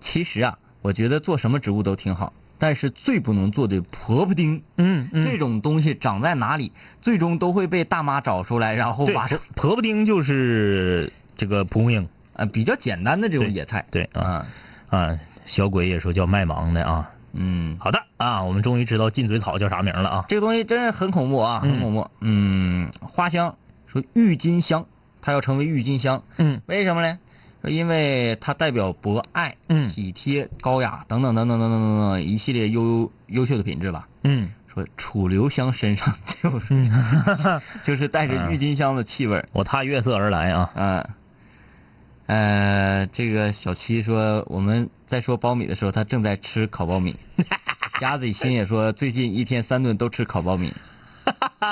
[SPEAKER 3] 其实啊，我觉得做什么植物都挺好，但是最不能做的婆婆丁。
[SPEAKER 4] 嗯
[SPEAKER 3] 这种东西长在哪里，最终都会被大妈找出来，然后
[SPEAKER 4] 对，
[SPEAKER 3] 把
[SPEAKER 4] 婆婆婆丁就是这个蒲公英
[SPEAKER 3] 呃比较简单的这种
[SPEAKER 4] 对
[SPEAKER 3] 野菜。
[SPEAKER 4] 对啊
[SPEAKER 3] 啊，
[SPEAKER 4] 啊，小鬼也说叫麦芒的啊。
[SPEAKER 3] 嗯，
[SPEAKER 4] 好的啊，我们终于知道进嘴草叫啥名了啊。
[SPEAKER 3] 这个东西真是很恐怖啊，很
[SPEAKER 4] 嗯
[SPEAKER 3] 恐怖。嗯，花香说郁金香，它要成为郁金香，
[SPEAKER 4] 嗯
[SPEAKER 3] 为什么呢？说因为它代表博爱、
[SPEAKER 4] 嗯
[SPEAKER 3] 体贴、高雅等等等等等等等等一系列优优秀的品质吧。
[SPEAKER 4] 嗯，
[SPEAKER 3] 说楚留香身上 就是、
[SPEAKER 4] 嗯
[SPEAKER 3] 就是带着郁金香的气味儿，
[SPEAKER 4] 我踏月色而来啊。
[SPEAKER 3] 嗯、呃，这个小七说我们在说苞米的时候，他正在吃烤苞米。鸭子心也说最近一天三顿都吃烤苞米。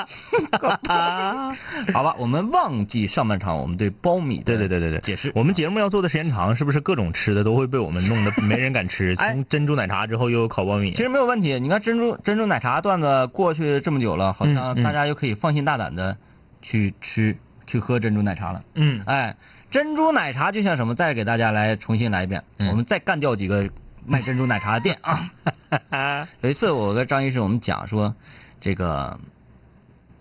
[SPEAKER 3] 好吧，我们忘记上半场我们对苞米的
[SPEAKER 4] 对对对对对，
[SPEAKER 3] 解释
[SPEAKER 4] 我们节目要做的时间长，是不是各种吃的都会被我们弄得没人敢吃？
[SPEAKER 3] 哎
[SPEAKER 4] 从珍珠奶茶之后又有烤苞米
[SPEAKER 3] 其，实没有问题。你看珍珠珍珠奶茶段子过去这么久了，好像
[SPEAKER 4] 嗯嗯
[SPEAKER 3] 大家又可以放心大胆的去吃、去喝珍珠奶茶了。
[SPEAKER 4] 嗯
[SPEAKER 3] 哎，珍珠奶茶就像什么？再给大家来重新来一遍，
[SPEAKER 4] 嗯
[SPEAKER 3] 我们再干掉几个卖珍珠奶茶的 店 啊！有一次我跟张医师我们讲说，这个，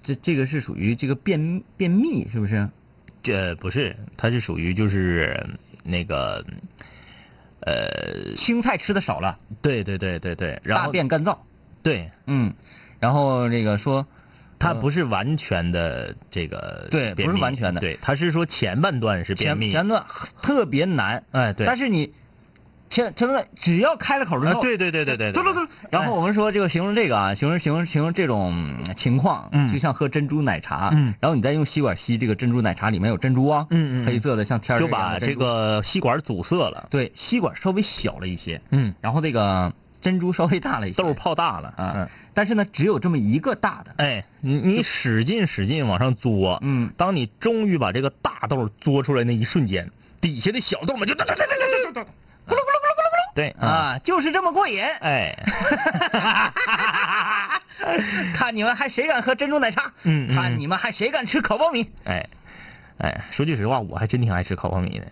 [SPEAKER 3] 这这个是属于这个便便秘是不是？
[SPEAKER 4] 这呃不是，它是属于就是那个，呃
[SPEAKER 3] 青菜吃的少了，
[SPEAKER 4] 对对对对对，然
[SPEAKER 3] 大
[SPEAKER 4] 后
[SPEAKER 3] 便干燥，
[SPEAKER 4] 对，
[SPEAKER 3] 嗯，然后这个说，
[SPEAKER 4] 它
[SPEAKER 3] 呃
[SPEAKER 4] 不是完全的这个
[SPEAKER 3] 嗯对
[SPEAKER 4] 便
[SPEAKER 3] 不是
[SPEAKER 4] 秘
[SPEAKER 3] 完全的
[SPEAKER 4] 对，它是说前半段是便
[SPEAKER 3] 前
[SPEAKER 4] 秘，
[SPEAKER 3] 前段特别难，呃
[SPEAKER 4] 哎对，
[SPEAKER 3] 但
[SPEAKER 4] 是
[SPEAKER 3] 是你前前段只要开了口之后，
[SPEAKER 4] 对对对对对，
[SPEAKER 3] 嘟噜嘟噜。然后我们说这个形容这个啊，形容形容形容这种嗯情况，
[SPEAKER 4] 嗯
[SPEAKER 3] 就像喝珍珠奶茶，
[SPEAKER 4] 嗯
[SPEAKER 3] 然后你再用吸管吸这个珍珠奶茶，里面有珍珠啊，
[SPEAKER 4] 嗯嗯嗯
[SPEAKER 3] 黑色的像天儿
[SPEAKER 4] 就
[SPEAKER 3] 一样
[SPEAKER 4] 把
[SPEAKER 3] 的
[SPEAKER 4] 这
[SPEAKER 3] 珍珠
[SPEAKER 4] 个吸管阻塞了，
[SPEAKER 3] 对吸管稍微小了一些，
[SPEAKER 4] 嗯
[SPEAKER 3] 然后这个珍珠稍微大了一些，
[SPEAKER 4] 豆儿泡大了
[SPEAKER 3] 啊、
[SPEAKER 4] 嗯
[SPEAKER 3] 但是呢，只有这么一个大的，
[SPEAKER 4] 哎，你你使劲使劲往上嘬，
[SPEAKER 3] 嗯，
[SPEAKER 4] 当你终于把这个大豆嘬出来那一瞬间，底下的小豆们就哒哒哒哒哒哒哒，咕噜咕噜咕噜咕噜咕噜，对啊，
[SPEAKER 3] 啊，就是这么过瘾。
[SPEAKER 4] 哎，
[SPEAKER 3] 看你们还谁敢喝珍珠奶茶？
[SPEAKER 4] 嗯嗯
[SPEAKER 3] 看你们还谁敢吃烤苞米？
[SPEAKER 4] 哎，哎，说句实话，我还真挺爱吃烤苞米的，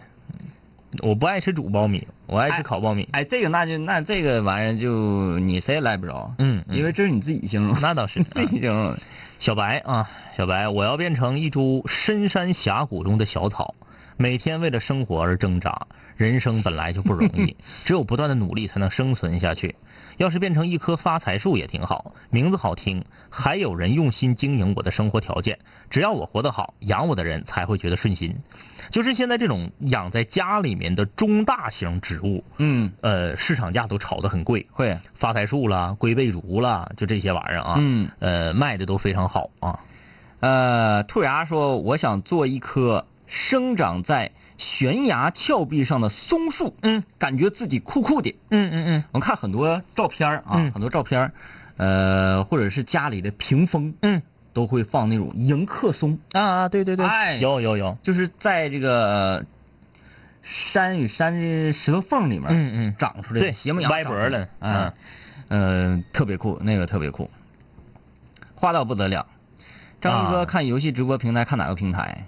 [SPEAKER 4] 我不爱吃煮苞米，我爱吃烤苞米。
[SPEAKER 3] 哎，这个那就那这个玩意儿就你谁也赖不着，
[SPEAKER 4] 嗯嗯
[SPEAKER 3] 因为这是你自己形容，
[SPEAKER 4] 那倒是
[SPEAKER 3] 自己形容 的。
[SPEAKER 4] 小白啊，小白，我要变成一株深山峡谷中的小草，每天为了生活而挣扎。人生本来就不容易，只有不断的努力才能生存下去。要是变成一棵发财树也挺好，名字好听，还有人用心经营我的生活条件。只要我活得好，养我的人才会觉得顺心。就是现在这种养在家里面的中大型植物，
[SPEAKER 3] 嗯，
[SPEAKER 4] 呃，市场价都炒得很贵，
[SPEAKER 3] 会，啊
[SPEAKER 4] 发财树啦、龟背竹啦，就这些玩意儿啊，
[SPEAKER 3] 嗯，
[SPEAKER 4] 呃，卖的都非常好啊。
[SPEAKER 3] 呃，兔牙说，我想做一棵生长在悬崖峭壁上的松树，嗯，感觉自己酷酷的。
[SPEAKER 4] 嗯嗯嗯
[SPEAKER 3] 我看很多照片儿啊，
[SPEAKER 4] 嗯
[SPEAKER 3] 很多照片儿，呃，或者是家里的屏风，
[SPEAKER 4] 嗯，
[SPEAKER 3] 都会放那种迎客松，
[SPEAKER 4] 啊啊，对对对，
[SPEAKER 3] 哎
[SPEAKER 4] 有有有，
[SPEAKER 3] 就是在这个呃山与山的石头缝里面，
[SPEAKER 4] 嗯嗯
[SPEAKER 3] 长出来的
[SPEAKER 4] 对，
[SPEAKER 3] 斜木崖
[SPEAKER 4] 歪
[SPEAKER 3] 长
[SPEAKER 4] 脖
[SPEAKER 3] 出来
[SPEAKER 4] 了，
[SPEAKER 3] 啊，嗯、特别酷，那个特别酷，花到不得了。张一哥
[SPEAKER 4] 啊
[SPEAKER 3] 看游戏直播平台，看哪个平台？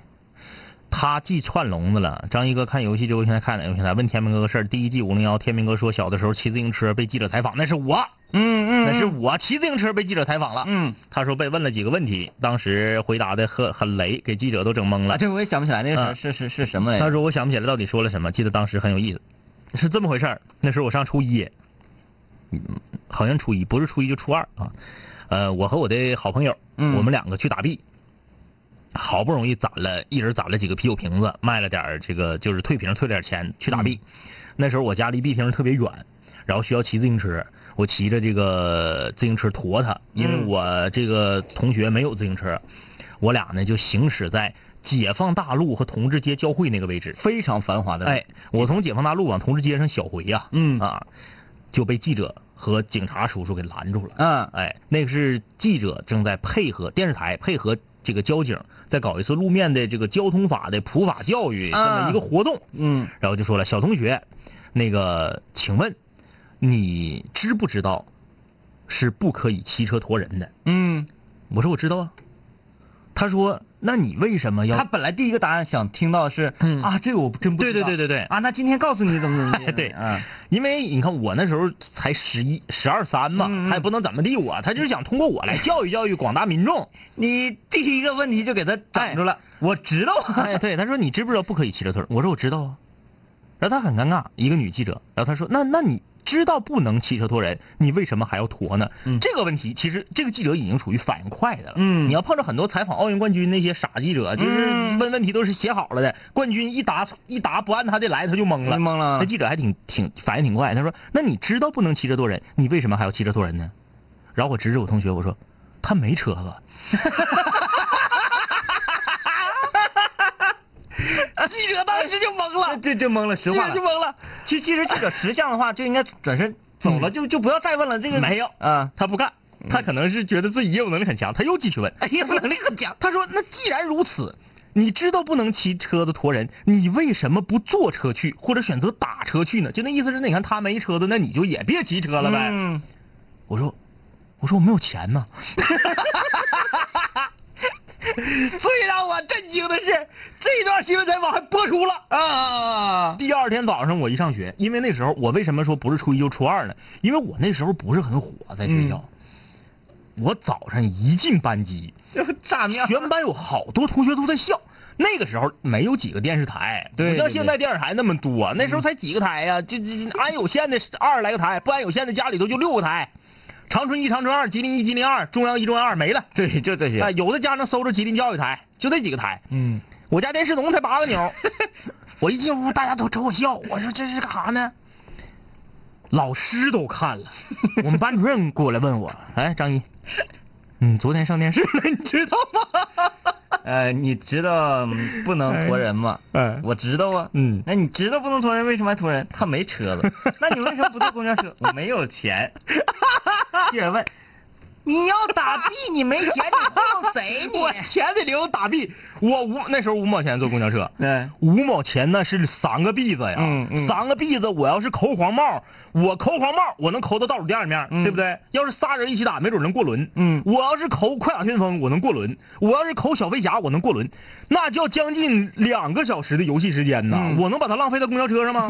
[SPEAKER 4] 他既串笼子了。张一哥看游戏直播平台看哪个哎平台？问天明哥个事儿。第一季五零幺，天明哥说小的时候骑自行车被记者采访，那是我，
[SPEAKER 3] 嗯
[SPEAKER 4] 那
[SPEAKER 3] 那
[SPEAKER 4] 是
[SPEAKER 3] 是
[SPEAKER 4] 我骑自行车被记者采访了。
[SPEAKER 3] 嗯
[SPEAKER 4] 他说被问了几个问题，当时回答的很很雷，给记者都整懵了
[SPEAKER 3] 啊，。这我也想不起来那个
[SPEAKER 4] 啊
[SPEAKER 3] 是、是是是什么来
[SPEAKER 4] 他
[SPEAKER 3] 着？
[SPEAKER 4] 说我想不起来到底说了什么，记得当时很有意思，是这么回事儿。那时候我上初一，嗯，好像初一不是初一就初二啊。呃，我和我的好朋友，
[SPEAKER 3] 嗯
[SPEAKER 4] 我们两个去打币，好不容易攒了，一人攒了几个啤酒瓶子，卖了点儿这个就是退瓶退了点儿钱去打
[SPEAKER 3] 嗯
[SPEAKER 4] 币。那时候我家离币厅特别远，然后需要骑自行车，我骑着这个自行车驮他，因为
[SPEAKER 3] 嗯
[SPEAKER 4] 我这个同学没有自行车，我俩呢就行驶在解放大路和同志街交汇那个位置。
[SPEAKER 3] 非常繁华的，
[SPEAKER 4] 哎，，我从解放大路往同志街上小回呀、
[SPEAKER 3] 嗯
[SPEAKER 4] 啊，就被记者和警察叔叔给拦住了。
[SPEAKER 3] 嗯
[SPEAKER 4] 哎，那个是记者正在配合电视台配合这个交警，在搞一次路面的这个交通法的普法教育这么一个活动。
[SPEAKER 3] 嗯，
[SPEAKER 4] 然后就说了，小同学，那个，请问你知不知道是不可以骑车驮人的？
[SPEAKER 3] 嗯，
[SPEAKER 4] 我说我知道啊。他说，那你为什么要
[SPEAKER 3] 他？本来第一个答案想听到是、
[SPEAKER 4] 嗯
[SPEAKER 3] 啊，这个我真不知
[SPEAKER 4] 对
[SPEAKER 3] 道。
[SPEAKER 4] 对对对对
[SPEAKER 3] 啊，那今天告诉你怎么怎么 地。
[SPEAKER 4] 对
[SPEAKER 3] 啊，
[SPEAKER 4] 因为你看我那时候才十一、十二三嘛，
[SPEAKER 3] 嗯嗯
[SPEAKER 4] 他也不能怎么地我，他就是想通过我来教育教育广大民众。
[SPEAKER 3] 你第一个问题就给他整住了。我知道啊，
[SPEAKER 4] 哎，对，他说你知不知道不可以骑着腿儿？我说我知道啊。然后他很尴尬，一个女记者，然后他说那那你知道不能骑车驮人，你为什么还要驮呢？
[SPEAKER 3] 嗯
[SPEAKER 4] 这个问题其实这个记者已经处于反应快的了。
[SPEAKER 3] 嗯
[SPEAKER 4] 你要碰着很多采访奥运冠军那些傻记者，就是
[SPEAKER 3] 嗯
[SPEAKER 4] 问问题都是写好了的，冠军一答一答不按他的来，他就懵了。
[SPEAKER 3] 你懵了
[SPEAKER 4] 那记者还挺挺反应挺快，他说那你知道不能骑车驮人，你为什么还要骑车驮人呢？然后我指指我同学，我说他没车子。 记者当时就懵 了，
[SPEAKER 3] 这这懵了，实
[SPEAKER 4] 记
[SPEAKER 3] 话
[SPEAKER 4] 者
[SPEAKER 3] 了
[SPEAKER 4] 就。懵了。其其实记者识相的话，就应该转身走了，就就不要再问了。这个没有，
[SPEAKER 3] 啊，
[SPEAKER 4] 他不干，他可能是觉得自己业务能力很强，他又继续问，嗯哎业务能力很强。他说：“那既然如此，你知道不能骑车子驮人，你为什么不坐车去，或者选择打车去呢？就那意思是，那你看他没车子，那你就也别骑车了呗。
[SPEAKER 3] 嗯，
[SPEAKER 4] 我说：“我说我没有钱呢。”
[SPEAKER 3] 最让我震惊的是，这段新闻采访还播出了啊！
[SPEAKER 4] 第二天早上我一上学，因为那时候我为什么说不是初一就初二呢？因为我那时候不是很火，在学校。我早上一进班级，
[SPEAKER 3] 嗯炸面
[SPEAKER 4] 全班有好多同学都在笑。那个时候没有几个电视台，
[SPEAKER 3] 对
[SPEAKER 4] 不像
[SPEAKER 3] 对嗯
[SPEAKER 4] 现在电视台那么多、那时候才几个台呀、这这这安有线的二十来个台，不安有线的家里头就六个台，长春一、长春二、吉林一、吉林二、中央一、中央二没了。
[SPEAKER 3] 对，就这些。
[SPEAKER 4] 啊，有的家长搜着吉林教育台，就这几个台。
[SPEAKER 3] 嗯，
[SPEAKER 4] 我家电视总共才八 个钮，我一进屋大家都瞅我笑，我说这是干啥呢？老师都看 了，我们班主 任过来问我，哎，张一，你昨天上电视了，你知道吗？
[SPEAKER 3] 呃，你知道嗯不能驮人吗？
[SPEAKER 4] 哎
[SPEAKER 3] 我知道啊。
[SPEAKER 4] 嗯
[SPEAKER 3] 那你知道不能驮人，为什么还驮人？他没车子， 那你为什么不坐公交车？我没有钱。 记者问，你要打币，你没钱，你揍谁
[SPEAKER 4] 我钱得留打币，我五那时候五毛钱坐公交车，
[SPEAKER 3] 嗯，
[SPEAKER 4] 五毛钱那是三个币子呀，
[SPEAKER 3] 嗯嗯
[SPEAKER 4] 三个币子，我要是扣黄帽，我扣黄帽，我能扣到倒数第二面，
[SPEAKER 3] 嗯
[SPEAKER 4] 对不对？要是仨人一起打，没准能过轮，
[SPEAKER 3] 嗯
[SPEAKER 4] 我要是扣快打旋风，我能过轮，我要是扣小飞侠，我能过轮，那叫将近两个小时的游戏时间呐，
[SPEAKER 3] 嗯
[SPEAKER 4] 我能把它浪费在公交车上 吗？啊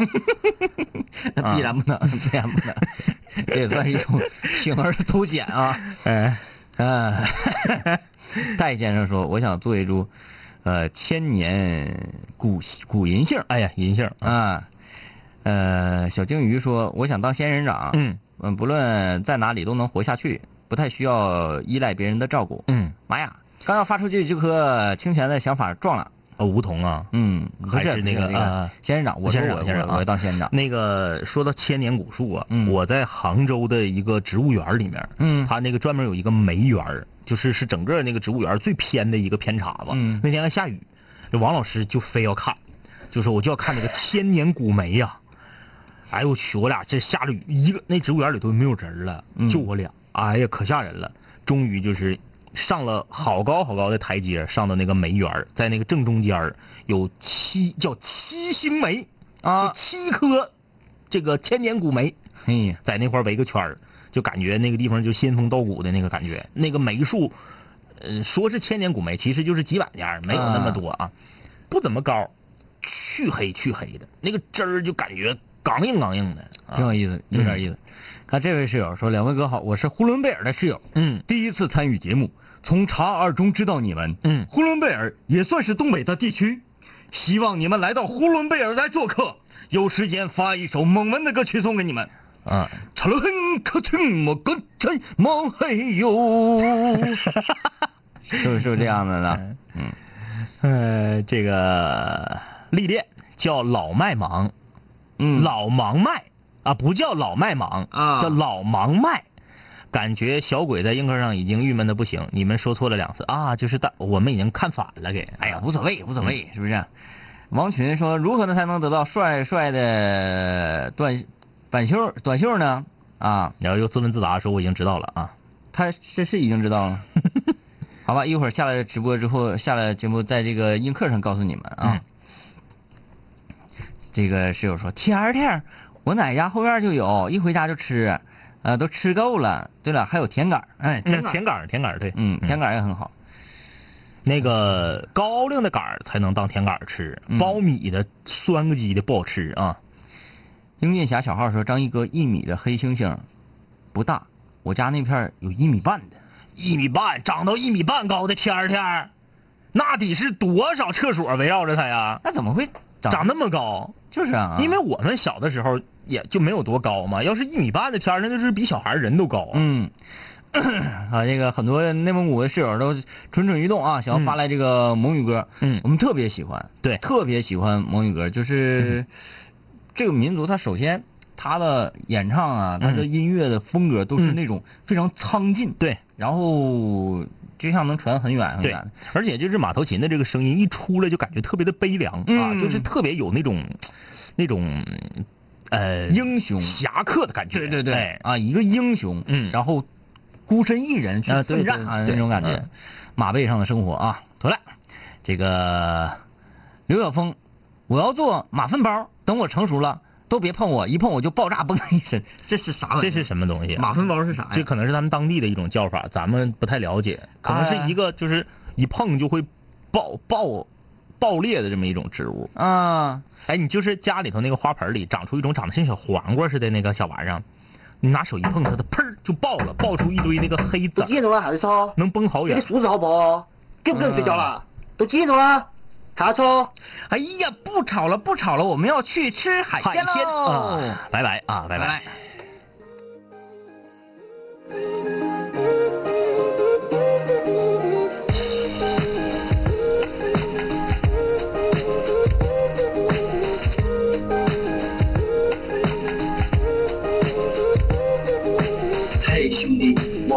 [SPEAKER 3] 那必然不能，必然 不能，这也算是一种铤而走险啊。
[SPEAKER 4] 哎，
[SPEAKER 3] 啊， 戴先生说：“我想做一株，呃，千年古古银杏。”
[SPEAKER 4] 哎呀，银杏儿，
[SPEAKER 3] 啊，呃，小鲸鱼说：“我想当仙人掌，
[SPEAKER 4] 嗯
[SPEAKER 3] 嗯，不论在哪里都能活下去，不太需要依赖别人的照顾。”
[SPEAKER 4] 嗯，
[SPEAKER 3] 妈呀，刚要发出去就和清泉的想法撞了。
[SPEAKER 4] 哦，梧桐啊，
[SPEAKER 3] 嗯，不
[SPEAKER 4] 还
[SPEAKER 3] 不
[SPEAKER 4] 是那个
[SPEAKER 3] 那个
[SPEAKER 4] 啊
[SPEAKER 3] 仙人掌，我说
[SPEAKER 4] 仙人
[SPEAKER 3] 我
[SPEAKER 4] 掌仙人
[SPEAKER 3] 我
[SPEAKER 4] 掌啊
[SPEAKER 3] 我要当仙人掌。
[SPEAKER 4] 那个说到千年古树啊，
[SPEAKER 3] 嗯
[SPEAKER 4] 我在杭州的一个植物园里面，
[SPEAKER 3] 嗯
[SPEAKER 4] 它那个专门有一个梅园儿，就是是整个那个植物园最偏的一个偏岔子。
[SPEAKER 3] 嗯
[SPEAKER 4] 那天还下雨，这王老师就非要看，就说我就要看那个千年古梅呀、哎呦我去，我俩这下着雨，一个那植物园里头没有人了，
[SPEAKER 3] 嗯
[SPEAKER 4] 就我俩，哎呀可吓人了。终于就是上了好高好高的台阶，上到那个梅园儿，在那个正中间儿有七叫七星梅。
[SPEAKER 3] 啊
[SPEAKER 4] 就，七棵这个千年古梅，
[SPEAKER 3] 哎呀，
[SPEAKER 4] 在那块儿围个圈儿，就感觉那个地方就仙风道骨的那个感觉。那个梅树，呃，说是千年古梅，其实就是几百年儿，没有那么多啊，不怎么高，黢黑黢黑的，那个枝儿就感觉刚硬刚硬的。
[SPEAKER 3] 挺有
[SPEAKER 4] 啊、
[SPEAKER 3] 意思，有点意思。看这位室友说：“两位哥好，我是呼伦贝尔的室友，
[SPEAKER 4] 嗯
[SPEAKER 3] 第一次参与节目，从茶二中知道你们。
[SPEAKER 4] 嗯
[SPEAKER 3] 呼伦贝尔也算是东北的地区，希望你们来到呼伦贝尔来做客。有时间发一首蒙文的歌曲送给你们。
[SPEAKER 4] 啊，
[SPEAKER 3] 查了很可听我歌真忙嘿哟，是不是是不是这样的呢？
[SPEAKER 4] 呃，这个历练叫老麦芒，
[SPEAKER 3] 嗯
[SPEAKER 4] 老盲麦啊，不叫老麦芒
[SPEAKER 3] 啊
[SPEAKER 4] 叫老盲麦。感觉小鬼在硬壳上已经郁闷的不行，你们说错了两次啊，就是大我们已经看反了给，
[SPEAKER 3] 哎呀，无所谓，无所谓，是不是？王群说，如何呢才能得到帅帅的短短袖短袖呢？啊，
[SPEAKER 4] 然后又自问自答说我已经知道了啊，
[SPEAKER 3] 他这是已经知 道了。好吧，一会儿下了直播之后，下了节目，在这个映客上告诉你们啊。这个室友说：“天儿天儿，我奶家后院就有，一回家就吃，呃，都吃够了。对了，还有甜杆儿，哎，甜杆儿，
[SPEAKER 4] 甜杆儿甜杆儿对，
[SPEAKER 3] 嗯，甜杆儿也很好。
[SPEAKER 4] 那个高粱的杆儿才能当甜杆儿吃，
[SPEAKER 3] 嗯
[SPEAKER 4] 苞米的酸个鸡的不好吃啊，
[SPEAKER 3] 英俊侠小号说：张一哥一米的黑猩猩，不大，我家那片儿有一米半的。
[SPEAKER 4] 一米半长到一米半高的天儿天儿，那得是多少厕所围绕着它呀，
[SPEAKER 3] 那怎么会长？
[SPEAKER 4] 长那么高，
[SPEAKER 3] 就是啊，
[SPEAKER 4] 因为我们小的时候也就没有多高嘛，要是一米八的天儿，那就是比小孩儿人都高啊。
[SPEAKER 3] 嗯，啊，这个很多内蒙古的室友都蠢蠢欲动啊，想要发来这个蒙语歌。
[SPEAKER 4] 嗯
[SPEAKER 3] 我们特别喜欢，
[SPEAKER 4] 对嗯
[SPEAKER 3] 特别喜欢蒙语歌，就是这个民族，它首先它的演唱啊，它的音乐的风格都是
[SPEAKER 4] 嗯
[SPEAKER 3] 那种非常苍劲，
[SPEAKER 4] 对
[SPEAKER 3] 然后就像能传很远很
[SPEAKER 4] 对
[SPEAKER 3] 远的。，
[SPEAKER 4] 而且就是马头琴的这个声音一出来，就感觉特别的悲凉、啊，
[SPEAKER 3] 嗯
[SPEAKER 4] 就是特别有那种那种呃
[SPEAKER 3] 英雄
[SPEAKER 4] 侠客的感觉。
[SPEAKER 3] 对对对，
[SPEAKER 4] 哎
[SPEAKER 3] 啊，一个英雄，
[SPEAKER 4] 嗯
[SPEAKER 3] 然后孤身一人去
[SPEAKER 4] 啊对
[SPEAKER 3] 奋战啊，
[SPEAKER 4] 对对
[SPEAKER 3] 那种感觉
[SPEAKER 4] 嗯，
[SPEAKER 3] 马背上的生活啊，妥了。这个刘晓峰，我要做马粪包，等我成熟了，都别碰我，一碰我就爆炸，崩一身。 这是啥玩意
[SPEAKER 4] 这
[SPEAKER 3] 儿？
[SPEAKER 4] 是什么东西啊？
[SPEAKER 3] 马粪包是啥呀？
[SPEAKER 4] 这可能是他们当地的一种叫法，咱们不太了解，可能
[SPEAKER 3] 啊
[SPEAKER 4] 是一个就是一碰就会爆爆爆裂的这么一种植物。
[SPEAKER 3] 啊，
[SPEAKER 4] 哎，你就是家里头那个花盆里长出一种长得像小黄瓜似的那个小玩意儿，你拿手一碰它，它砰儿就爆了，爆出一堆那个黑
[SPEAKER 6] 都
[SPEAKER 4] 子
[SPEAKER 6] 几，点钟了还在吵？
[SPEAKER 4] 能崩好
[SPEAKER 6] 你的
[SPEAKER 4] 远。
[SPEAKER 6] 素质好不好？给不给人睡觉了？都几点钟了还要吵？
[SPEAKER 3] 哎呀，不吵了，不吵了，我们要去吃海
[SPEAKER 4] 海
[SPEAKER 3] 鲜喽
[SPEAKER 4] 鲜啊，拜拜啊，拜
[SPEAKER 3] 拜拜
[SPEAKER 4] 拜。。
[SPEAKER 7] 嘿，兄弟，我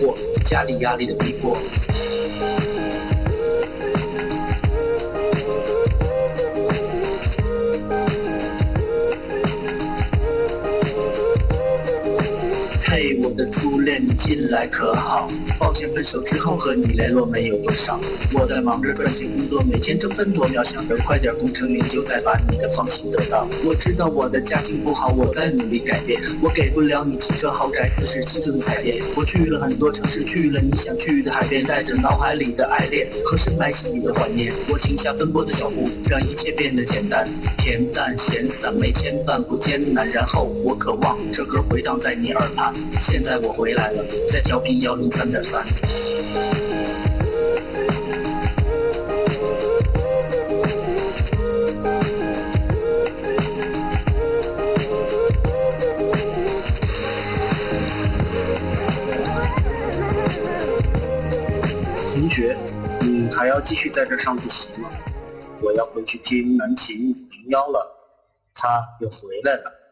[SPEAKER 7] 惑，家里压力的逼迫。嘿，我的初恋，你近来可好？抱歉，分手之后和你联络没有多少。我在忙着赚钱工作，每天争分夺秒，想着快点功成名就，再把你的芳心得到。我知道我的家境不好，我在努力改变。我给不了你汽车豪宅，四十七寸的彩电。我去了很多城市，去了你想去的海边，带着脑海里的爱恋和深埋心里的怀念。我停下奔波的脚步，让一切变得简单、恬淡、闲散，没牵绊，不艰难。然后我渴望这歌回荡在你耳畔。现在我回来了，在调频幺零三点三。同学，你嗯还要继续在这上自习吗？我要回去听南琴零幺了，他又回来了。